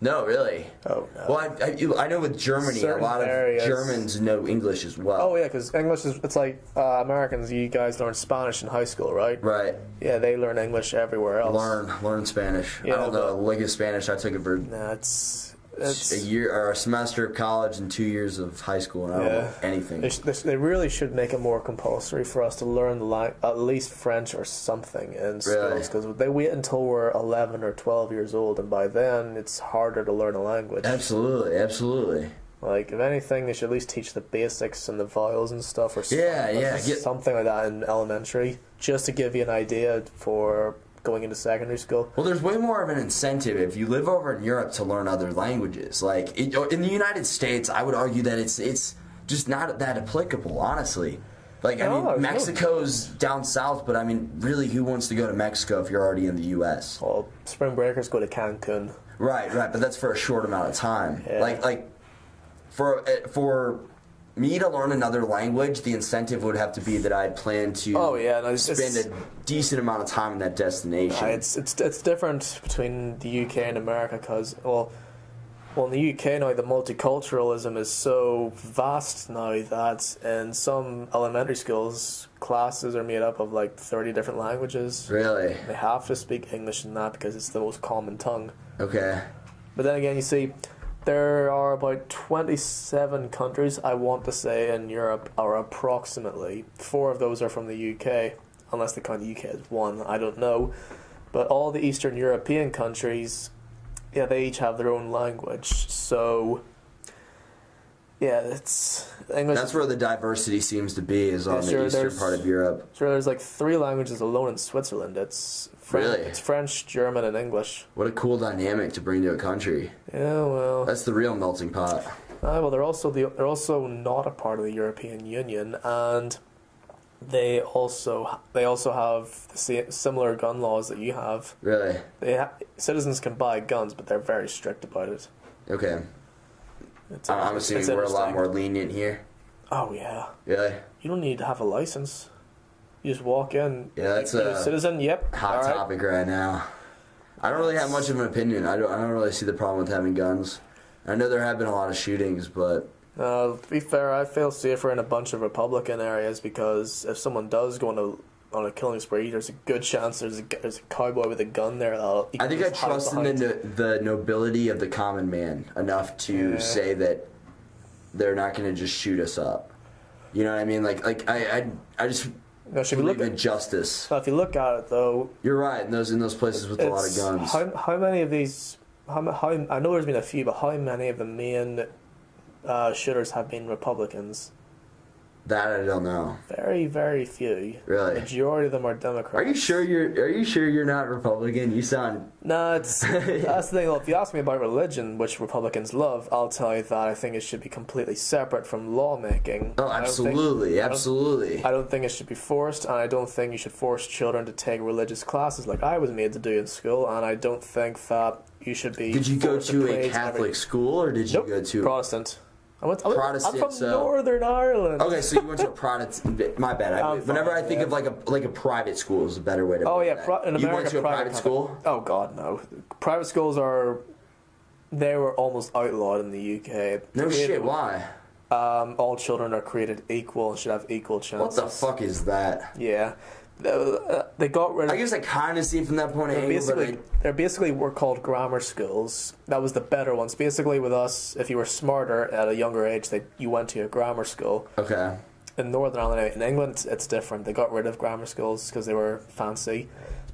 B: No. really.
C: Oh, no.
B: Well, I, I, you- I know with Germany,
C: Certain
B: a lot of
C: areas-
B: Germans know English as well.
C: oh yeah, because English is it's like uh, Americans. You guys learn Spanish in high school, right?
B: Right.
C: Yeah, they learn English everywhere else.
B: Learn, learn Spanish.
C: Yeah,
B: I don't know
C: but-
B: a lick of Spanish. I took it for
C: Nah, it's It's-
B: a year or a semester of college and two years of high school, and I don't
C: Yeah.
B: know anything.
C: They, sh- they, sh- they really should make it more compulsory for us to learn the lang- at least French or something
B: Really?
C: in schools because they wait until we're 11 or 12 years old, and by then it's harder to learn a language.
B: Absolutely, absolutely.
C: Like, if anything, they should at least teach the basics and the vowels and stuff, or s-
B: Yeah, yeah, get-
C: something like that in elementary, just to give you an idea for going into secondary school.
B: Well, there's way more of an incentive if you live over in Europe to learn other languages. Like it, or in the United States, I would argue that it's it's just not that applicable, honestly. Like I
C: No,
B: mean,
C: it's not.
B: Mexico's down south, but I mean, really, who wants to go to Mexico if you're already in the U.S.?
C: Well, spring breakers go to Cancun.
B: Right, right, but that's for a short amount of time.
C: Yeah.
B: Like, like for eh, for me to learn another language, the incentive would have to be that I'd plan to
C: Oh, yeah, no, it's-
B: spend
C: it's-
B: a decent amount of time in that destination.
C: Uh, it's it's it's different between the UK and America because well, well in the UK now the multiculturalism is so vast now that in some elementary schools classes are made up of like thirty different languages.
B: really
C: They have to speak English in that because it's the most common tongue.
B: okay.
C: But then again, you see, there are about 27 countries, I want to say, in Europe, or approximately. Four of those are from the UK, unless they count the UK as one, I don't know. But all the Eastern European countries, yeah, they each have their own language. So, yeah, it's English.
B: That's where the diversity seems to be is on
C: Yes,
B: the
C: sir,
B: eastern
C: there's-
B: part of Europe.
C: Sure, there's like three languages alone in Switzerland. It's French,
B: Really?
C: it's French, German, and English.
B: What a cool dynamic to bring to a country.
C: Yeah, well.
B: That's the real melting pot.
C: Uh, well, they're also the, they're also not a part of the European Union, and they also they also have the sa- similar gun laws that you have.
B: Really.
C: They ha- citizens can buy guns, but they're very strict about it.
B: Okay.
C: It's,
B: I- I'm assuming
C: it's
B: we're a lot
C: interesting.
B: more lenient here.
C: Oh yeah,
B: Really.
C: you don't need to have a license. You just walk in.
B: Yeah, that's
C: you're
B: a
C: citizen. Yep.
B: Hot
C: all right.
B: topic right now. I don't really have much of an opinion. I don't. I don't really see the problem with having guns. I know there have been a lot of shootings, but
C: Uh, to be fair, I feel safer in a bunch of Republican areas because if someone does go on a on a killing spree, there's a good chance there's a, gu- there's a cowboy with a gun there. That'll, he
B: I
C: can
B: think I
C: just hide
B: trust in the
C: behind.
B: no, the nobility of the common man enough to
C: Yeah.
B: say that they're not going to just shoot us up. You know what I mean? Like like I I, I just
C: No, should we
B: believe
C: look
B: in
C: at?
B: justice.
C: Now, if you look at it though,
B: You're right. In those in those places with a lot of
C: it's
B: guns.
C: how how many of these? How, ma- how I know there's been a few, but how many of the main uh, shooters have been Republicans?
B: that I don't know.
C: Very, very few.
B: Really?
C: The majority of them are Democrats.
B: Are you sure you're Are you sure you're not Republican? You sound
C: No, it's that's the thing. Well, if you ask me about religion, which Republicans love, I'll tell you that I think it should be completely separate from lawmaking.
B: oh
C: I don't think-
B: absolutely
C: I don't-
B: absolutely.
C: I don't think it should be forced, and I don't think you should force children to take religious classes like I was made to do in school, and I don't think that you should be.
B: Did you go
C: forced
B: to a
C: praise
B: Catholic
C: every-
B: school or did you
C: Nope,
B: go to?
C: Protestant. I went, I went,
B: Protestant,
C: I'm from
B: so- Oh,
C: Northern Ireland.
B: Okay, so you went to a Protestant. My bad. I,
C: I'm fine,
B: whenever I think
C: yeah.
B: of like a like a private school is a better way to.
C: Oh
B: put
C: yeah,
B: that.
C: pro- in America,
B: you went to a private,
C: company-
B: school.
C: Oh god, no. Private schools are. They were almost outlawed in the UK.
B: No
C: Created-
B: shit. Why?
C: Um, all children are created equal and should have equal
B: What
C: chances.
B: the fuck is that?
C: Yeah, they, uh, they got rid of.
B: I guess I kind of see from that point of
C: They're
B: view, but
C: basically,
B: I-
C: they're basically were called grammar schools. That was the better ones. Basically, with us, if you were smarter at a younger age, that you went to a grammar school.
B: okay.
C: In Northern Ireland, in England, it's, it's different. They got rid of grammar schools because they were fancy.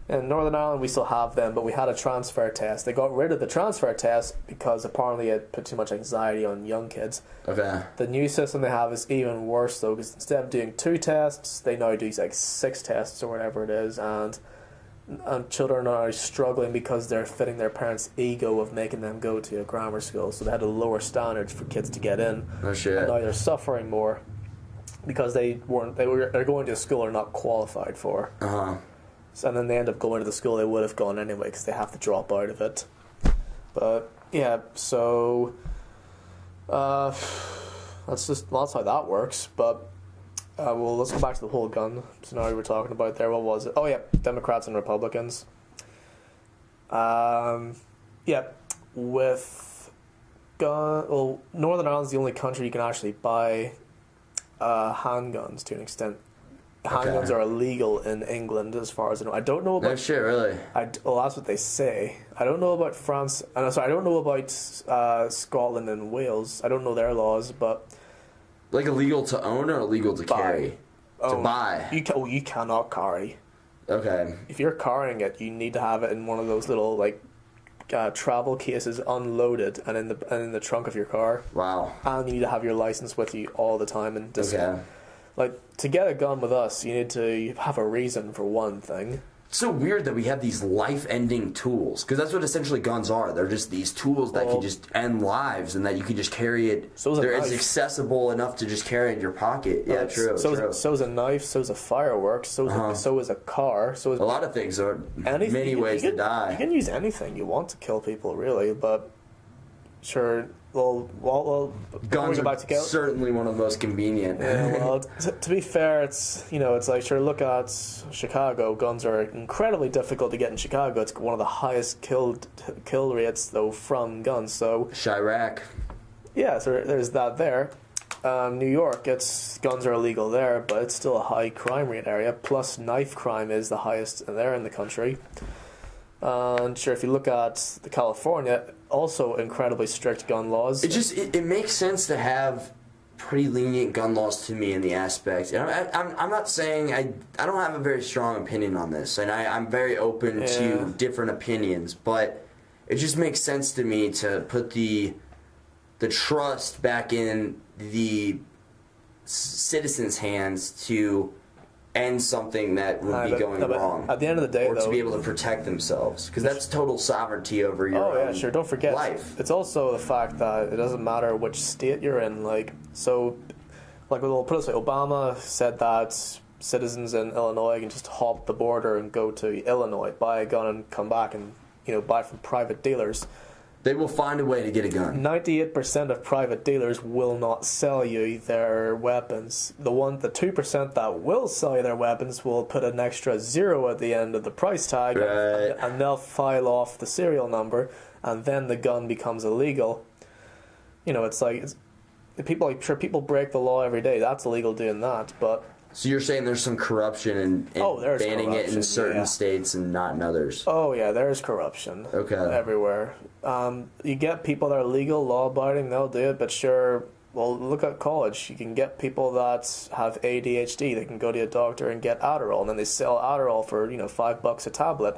C: In Northern Ireland, we still have them, but we had a transfer test. They got rid of the transfer test because apparently it put too much anxiety on young kids.
B: Okay.
C: The new system they have is even worse though, because instead of doing two tests, they now do like six tests or whatever it is, and and children are struggling because they're fitting their parents' ego of making them go to a grammar school. So they had a lower standard for kids to get in.
B: No shit.
C: And now they're suffering more because they weren't they were they're going to a school they're not qualified for,
B: Uh huh.
C: So- and then they end up going to the school they would have gone anyway because they have to drop out of it. But yeah, so uh, that's just well, that's how that works. But uh, well, let's go back to the whole gun scenario we were talking about there. What was it? Oh yeah, Democrats and Republicans. Um, yeah, with gun. Well, Northern Ireland's the only country you can actually buy uh, handguns to an extent. handguns are illegal in England, as far as I know. I don't know
B: No
C: about.
B: shit, really.
C: I d well, that's what they say. I don't know about France, and I'm sorry, I don't know about uh, Scotland and Wales. I don't know their laws, but
B: Like illegal to own or illegal to
C: Buy.
B: carry? To
C: oh,
B: buy.
C: you ca- oh, you cannot carry.
B: Okay.
C: If you're carrying it, you need to have it in one of those little like uh, travel cases, unloaded, and in the and in the trunk of your car.
B: Wow.
C: And you need to have your license with you all the time, and just
B: Okay.
C: like to get a gun with us, you need to have a reason for one thing.
B: It's so weird that we have these life-ending tools because that's what essentially guns are. They're just these tools that
C: Well-
B: can just end lives and that you can just carry it.
C: So is a
B: They're- it's
C: knife.
B: accessible enough to just carry it in your pocket. Yeah, true.
C: So
B: true.
C: Is, so is a knife. So is a firework. So is a, so is a car. So is
B: a lot of things are
C: anything.
B: many
C: you- you
B: ways
C: can,
B: to die.
C: You can use anything you want to kill people, really. But sure, well, well, well before we
B: Guns
C: go
B: are
C: back to kill.
B: certainly one of the most convenient.
C: Yeah, well, t- to be fair, it's you know, it's like sure. Look at Chicago. Guns are incredibly difficult to get in Chicago. It's one of the highest killed kill rates though from guns. So
B: Chirac.
C: yeah, so there's that there. Um, New York, it's guns are illegal there, but it's still a high crime rate area. Plus, knife crime is the highest there in the country. And sure, if you look at the California, also incredibly strict gun laws.
B: It just it, it makes sense to have pretty lenient gun laws to me in the aspect. And I, I'm I'm not saying I I don't have a very strong opinion on this, and I I'm very open
C: Yeah.
B: to different opinions, but it just makes sense to me to put the the trust back in the c- citizens' hands to end something that would
C: Aye,
B: be
C: but-
B: going
C: no, but
B: wrong.
C: at the end of the day,
B: or to
C: though-
B: be able to protect themselves, because that's total sovereignty over your
C: Oh yeah,
B: own
C: sure. Don't forget
B: life.
C: It's also the fact that it doesn't matter which state you're in. Like so, like we'll put it this way: Obama said that citizens in Illinois can just hop the border and go to Illinois, buy a gun, and come back and you know buy from private dealers.
B: They will find a way to get a gun.
C: Ninety-eight percent of private dealers will not sell you their weapons. The one, the two percent that will sell you their weapons will put an extra zero at the end of the price tag,
B: Right.
C: and they'll file off the serial number, and then the gun becomes illegal. You know, it's like it's, people. Like, sure, people break the law every day. That's illegal doing that, but
B: So you're saying there's some corruption in, in
C: Oh, there's
B: banning it
C: corruption,
B: in certain
C: yeah.
B: states and not in others.
C: Oh yeah, there is corruption.
B: Okay.
C: Everywhere. Um, you get people that are legal, law abiding, they'll do it, but sure well look at college. You can get people that have ADHD, they can go to a doctor and get Adderall and then they sell Adderall for, you know, five bucks a tablet.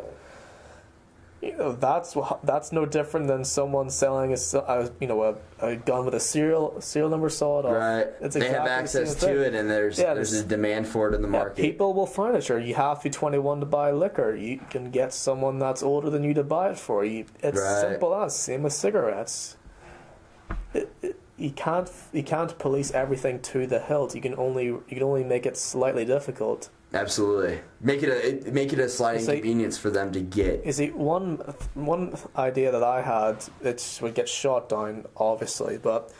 C: You know, that's wha- that's no different than someone selling a, se- a you know a, a gun with a serial serial number sawed off.
B: Right.
C: It's
B: they have
C: exactly the same
B: access
C: thing.
B: to it, and there's
C: Yeah,
B: there's
C: there's-
B: a demand for it in the
C: Yeah,
B: market.
C: people will furniture. You have to be 21 to buy liquor. You can get someone that's older than you to buy it for you. It's
B: Right.
C: simple as same with cigarettes. It, it, you can't you can't police everything to the hilt. You can only you can only make it slightly difficult.
B: Absolutely. Make it a it, make it a slight
C: It's like-
B: inconvenience for them to get.
C: You see, one one idea that I had it would get shot down, obviously, but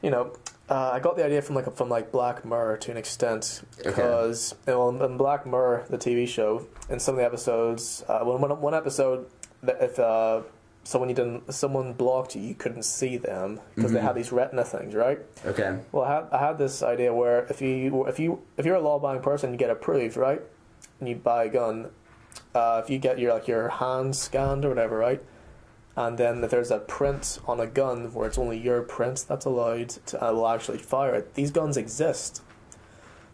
C: you know, uh, I got the idea from like from like Black Mirror to an extent
B: Okay.
C: because well, in Black Mirror, the TV show, in some of the episodes, uh, when one one episode, that if uh, someone you didn't someone blocked you, you couldn't see them because they had these retina things, right?
B: Okay.
C: Well, I had, I had this idea where if you if you if you're a law-abiding person, you get approved, right? And you buy a gun. Uh, if you get your like your hand scanned or whatever, right? And then if there's a print on a gun where it's only your print that's allowed to uh, will actually fire it. These guns exist.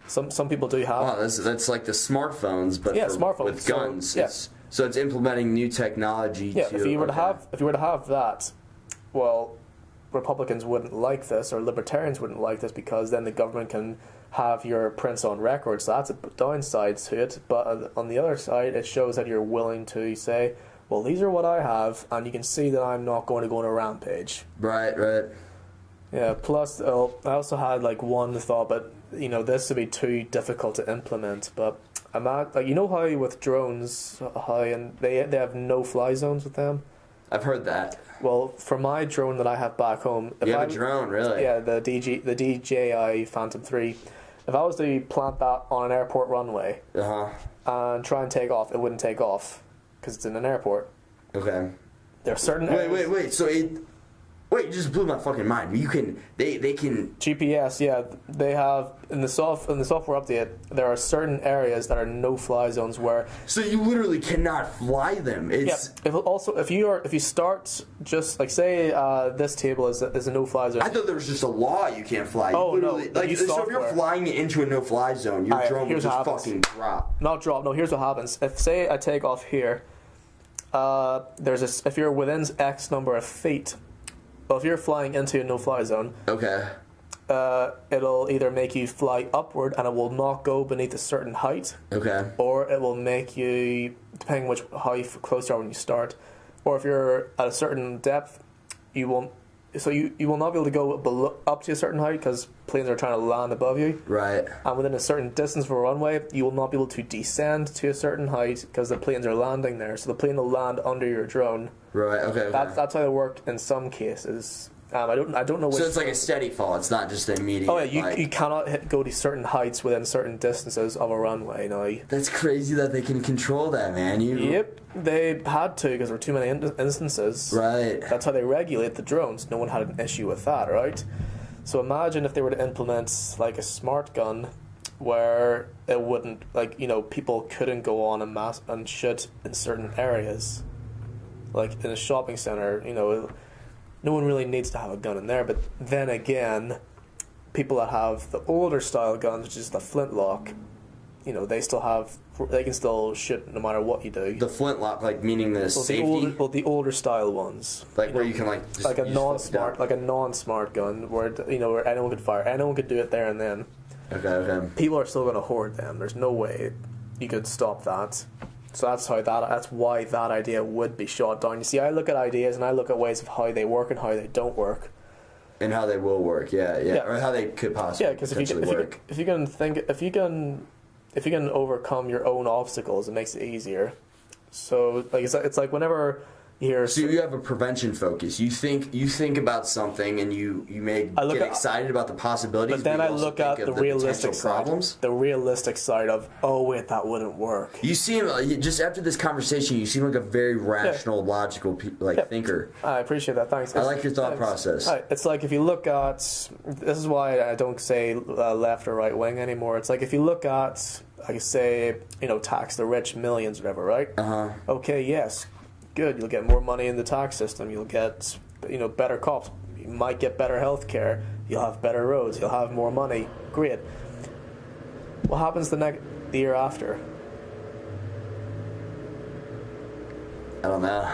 C: Some some people do have.
B: Wow, that's that's like the smartphones, but
C: Yeah,
B: for-
C: smartphones.
B: with
C: So,
B: guns.
C: yeah.
B: It's, so it's implementing new technology.
C: Yeah,
B: to,
C: if you were to
B: okay.
C: have if you were to have that, well, Republicans wouldn't like this, or Libertarians wouldn't like this because then the government can have your prints on record. So that's a downside to it. But on- on the other side, it shows that you're willing to say, well, these are what I have, and you can see that I'm not going to go on a rampage.
B: right, right.
C: Yeah. Plus, oh, I also had like one thought, but you know, this would be too difficult to implement. But I'm at, like, you know how with drones, uh, how and they they have no fly zones with them.
B: I've heard that.
C: Well, for my drone that I have back home, if
B: You
C: I,
B: have a drone, really?
C: yeah, the DG, the DJI Phantom Three. If I was to plant that on an airport runway
B: Uh huh.
C: and try and take off, it wouldn't take off because it's in an airport.
B: Okay.
C: There are certain
B: Wait,
C: areas-
B: wait, wait. So it Wait, you just blew my fucking mind. You can they they can
C: GPS, yeah, they have in the soft in the software update. There are certain areas that are no-fly zones where
B: so you literally cannot fly them.
C: Yeah.
B: It's
C: If also if you are if you start just like say uh, this table is is a no fly zone.
B: I thought there was just a law you can't fly. You
C: Oh, no,
B: literally,
C: they
B: like
C: use
B: so if
C: software.
B: you're flying into a no-fly zone, your
C: Alright,
B: drone will
C: here's what
B: just
C: happens.
B: fucking drop.
C: Not drop. No, here's what happens. If say I take off here, uh, there's this. If you're within X number of feet, well, if you're flying into a no fly zone,
B: Okay.
C: uh, it'll either make you fly upward and it will not go beneath a certain height,
B: Okay.
C: or it will make you depending which how you, f- close you are when you start, or if you're at a certain depth, you won't. So you, you will not be able to go below, up to a certain height because planes are trying to land above you.
B: Right.
C: And within a certain distance from a runway, you will not be able to descend to a certain height because the planes are landing there. So the plane will land under your drone.
B: Right. Okay. okay.
C: That's that's how it worked in some cases. Um, I don't I don't know which.
B: so it's like a steady fall. It's not just immediate.
C: oh yeah, you,
B: like-
C: you cannot hit, go to certain heights within certain distances of a runway. No.
B: That's crazy that they can control that, man. You
C: Yep, they had to because there were too many in- instances.
B: Right.
C: That's how they regulate the drones. No one had an issue with that, right? So imagine if they were to implement like a smart gun where it wouldn't like you know people couldn't go on and mass and shit in certain areas like in a shopping center you know no one really needs to have a gun in there but then again people that have the older style guns which is the flintlock you know they still have they can still shoot no matter what you do
B: The flintlock, like meaning the
C: well,
B: safety,
C: the older well the older style ones
B: like where you can like just,
C: like a
B: you just flip it
C: non-smart,
B: down.
C: like a non-smart gun, where it- you know where anyone could fire, anyone could do it there and then.
B: Okay. Okay.
C: People are still going to hoard them. There's no way you could stop that. So that's how that. That's why that idea would be shot down. You see, I look at ideas and I look at ways of how they work and how they don't work.
B: And how they will work. Yeah. Yeah.
C: Yeah.
B: Or how they could possibly
C: Yeah, because if you
B: potentially
C: can- if you,
B: work.
C: can- if you can think if you can if you can overcome your own obstacles, it makes it easier. So like it's it's like whenever you hear
B: So you have a prevention focus. You think you think about something, and you you may
C: I look
B: get
C: at-
B: excited about the possibilities.
C: But then
B: you
C: I
B: also
C: look
B: think
C: at
B: of
C: the,
B: potential
C: realistic side.
B: problems.
C: The realistic side of, oh wait, that wouldn't work.
B: You seem uh, you- just after this conversation, you seem like a very rational, logical pe- like thinker.
C: I appreciate that. Thanks.
B: I like your thought
C: Thanks.
B: process.
C: Alright, It's like if you look at this is why I don't say uh, left or right wing anymore. It's like if you look at like say you know tax the rich millions whatever right. Uh-huh. Okay. Yes. Good. You'll get more money in the tax system. You'll get you know better cops. You might get better health care. You'll have better roads. You'll have more money. Great. What happens the next the year after?
B: I don't know.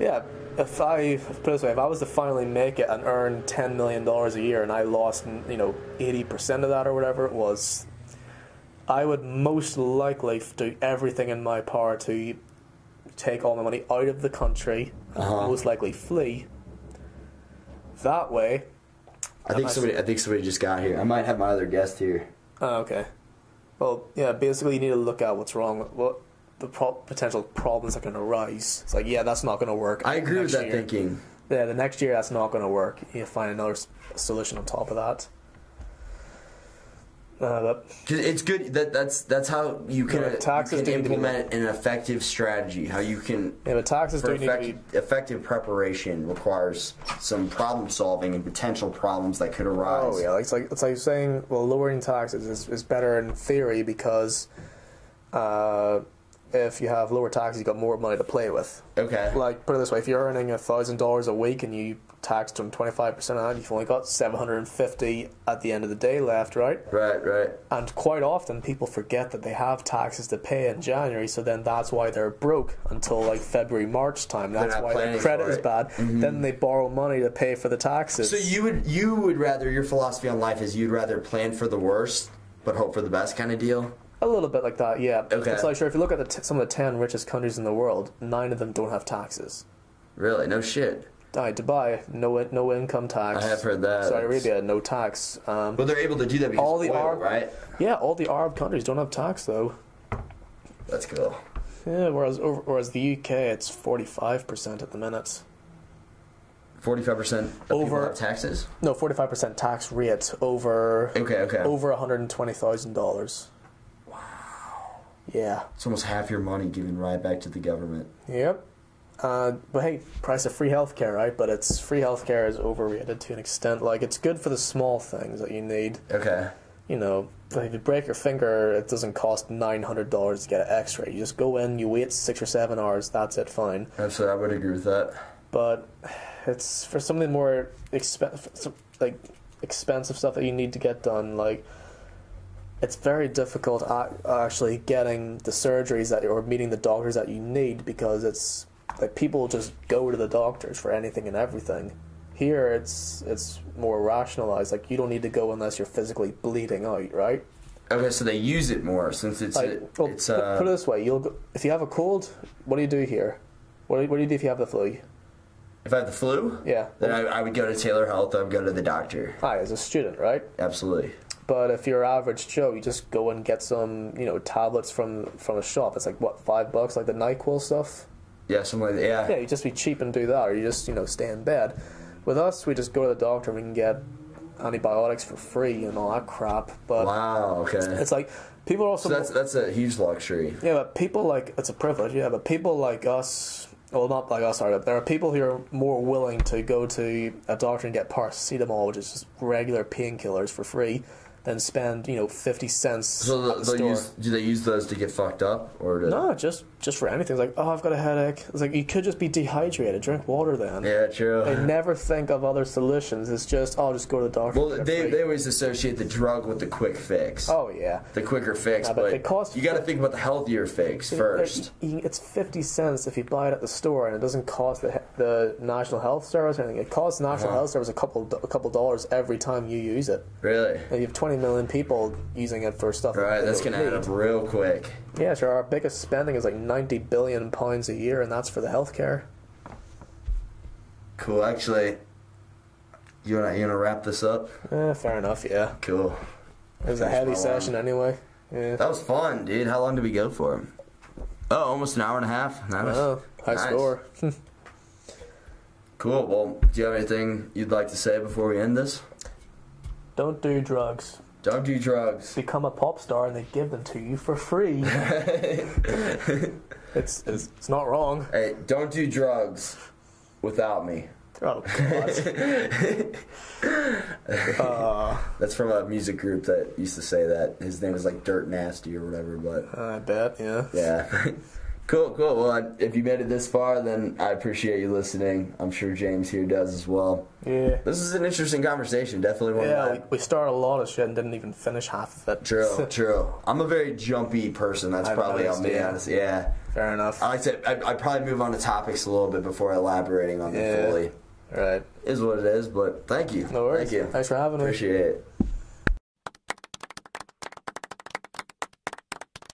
C: Yeah, if I put it this way, if I was to finally make it and earn ten million dollars a year, and I lost, you know, eighty percent of that or whatever it was, I would most likely do everything in my power to take all my money out of the country, and
B: Uh-huh.
C: most likely flee. That way,
B: I think somebody. I think somebody just got here. I might have my other guest here.
C: oh, okay. Well, yeah. Basically, you need to look at what's wrong. What the pro- potential problems that can arise. It's like, yeah, that's not going to work.
B: I agree with
C: next
B: that
C: year.
B: thinking.
C: Yeah, the next year that's not going to work. You find another s- solution on top of that. Uh, but
B: 'Cause It's good that that's that's how you can,
C: Yeah, taxes
B: you
C: do
B: can
C: need to be
B: implement an effective strategy. How you can
C: yeah, but taxes
B: for
C: do need to be.
B: effect, effective preparation requires some problem solving and potential problems that could arise.
C: Oh yeah, like, it's like it's like saying well, lowering taxes is, is better in theory because uh, if you have lower taxes, you got more money to play with.
B: Okay.
C: Like put it this way, if you're earning thousand dollars a week and you taxed them twenty five percent on it, you've only got seven hundred and fifty at the end of the day left, right?
B: right, right.
C: And quite often, people forget that they have taxes to pay in January, so then that's why they're broke until like February, March time. That's
B: not
C: why their
B: planning
C: credit
B: for
C: is
B: it. Mm-hmm.
C: bad. Then they borrow money to pay for the taxes.
B: So you would you would rather your philosophy on life is you'd rather plan for the worst but hope for the best kind of deal.
C: a little bit like that, yeah.
B: Okay.
C: It's like sure, if you look at the t- some of the ten richest countries in the world, nine of them don't have taxes.
B: Really, no shit.
C: Uh, Dubai, no in- no income tax.
B: I have heard that.
C: Saudi Arabia, no tax. Um,
B: But they're able to do that because
C: All the
B: of oil,
C: Arab-
B: right?
C: yeah, all the Arab countries don't have tax though.
B: That's cool.
C: Yeah, whereas over, whereas the UK, it's forty five percent at the minute.
B: Forty-five percent
C: Over-
B: over taxes.
C: No, forty five percent tax rate over
B: Okay, okay.
C: over one hundred and twenty thousand dollars. Wow. Yeah.
B: It's almost half your money given right back to the government.
C: Yep. Uh, but hey, price of free healthcare, right? But it's free healthcare is overrated to an extent. Like it's good for the small things that you need.
B: Okay.
C: You know, like if you break your finger, it doesn't cost nine hundred dollars to get an X-ray. You just go in, you wait six or seven hours. That's it. Fine.
B: Absolutely, I would agree with that.
C: But it's for something more expensive, like expensive stuff that you need to get done. Like it's very difficult ac- actually getting the surgeries that or meeting the doctors that you need because it's like people just go to the doctors for anything and everything. Here it's it's more rationalized. Like you don't need to go unless you're physically bleeding out, right?
B: Okay, so they use it more since it's
C: Like, well,
B: it's
C: pu-
B: uh,
C: put it this way: you'll go, if you have a cold, what do you do here? What do you, what do you do if you have the flu?
B: if I have the flu,
C: Yeah.
B: then I, I would go to Taylor Health. I would go to the doctor.
C: Hi, as a student, right?
B: Absolutely.
C: But if you're average Joe, you just go and get some, you know, tablets from from a shop. It's like what five bucks, like the Nyquil stuff.
B: Yeah, something like that. Yeah.
C: yeah, you just be cheap and do that, or you just you know stay in bed. With us, we just go to the doctor. We can get antibiotics for free and all that crap. But
B: Wow. Okay.
C: it's like people are also
B: so that's that's a huge luxury.
C: yeah, but people like it's a privilege. Yeah, but people like us, well, not like us, sorry, but there are people who are more willing to go to a doctor and get paracetamol, which is just regular painkillers for free, than spend you know fifty cents.
B: So
C: at
B: they'll,
C: the store.
B: they'll use do they use those to get fucked up or to,
C: no, just just for anything. It's like, oh, I've got a headache. It's like you could just be dehydrated. Drink water then.
B: Yeah, true.
C: They never think of other solutions. It's just, oh, just go to the doctor.
B: well, they they always associate the drug with the quick fix.
C: oh yeah.
B: The quicker fix,
C: Nah, but
B: but,
C: they cost-
B: you got to think about the healthier fix first.
C: They're- you- It's fifty cents if you buy it at the store, and it doesn't cost the, the National Health Service or anything. It costs National
B: Uh-huh.
C: Health Service a couple do- a couple dollars every time you use it.
B: Really?
C: And you have twenty million people using it for stuff. that
B: Right,
C: they
B: that's
C: don't
B: gonna add up
C: need.
B: real quick.
C: Yeah, sure. Our biggest spending is like ninety billion pounds a year, and that's for the healthcare.
B: Cool. Actually, you wanna you wanna wrap this up?
C: Eh, fair enough. Yeah,
B: Cool.
C: it was a
B: Finish my
C: heavy
B: wine.
C: session anyway. Yeah.
B: That was fun, dude. How long did we go for? Oh, almost an hour and a half. Nice.
C: Oh, high
B: Nice.
C: score.
B: Cool. Well, do you have anything you'd like to say before we end this?
C: Don't do drugs.
B: Don't do drugs.
C: become a pop star and they give them to you for free. it's, it's it's not wrong.
B: Hey, don't do drugs without me.
C: Oh god. Uh,
B: That's from a music group that used to say that. His name was like Dirt Nasty or whatever, but
C: I bet, yeah.
B: yeah. cool, cool. Well, I, if you made it this far, then I appreciate you listening. I'm sure James here does as well.
C: Yeah.
B: This is an interesting conversation. Definitely one
C: Yeah, we,
B: that.
C: we started a lot of shit and didn't even finish half of it.
B: True, true. I'm a very jumpy person. That's
C: I've
B: probably on
C: noticed,
B: me.
C: yeah.
B: honestly. Yeah.
C: Fair enough.
B: I like to. I, I probably move on to topics a little bit before elaborating on them
C: Yeah.
B: fully.
C: All right.
B: Is what it is, but thank you.
C: No worries.
B: Thank you.
C: Thanks for having me.
B: Appreciate it.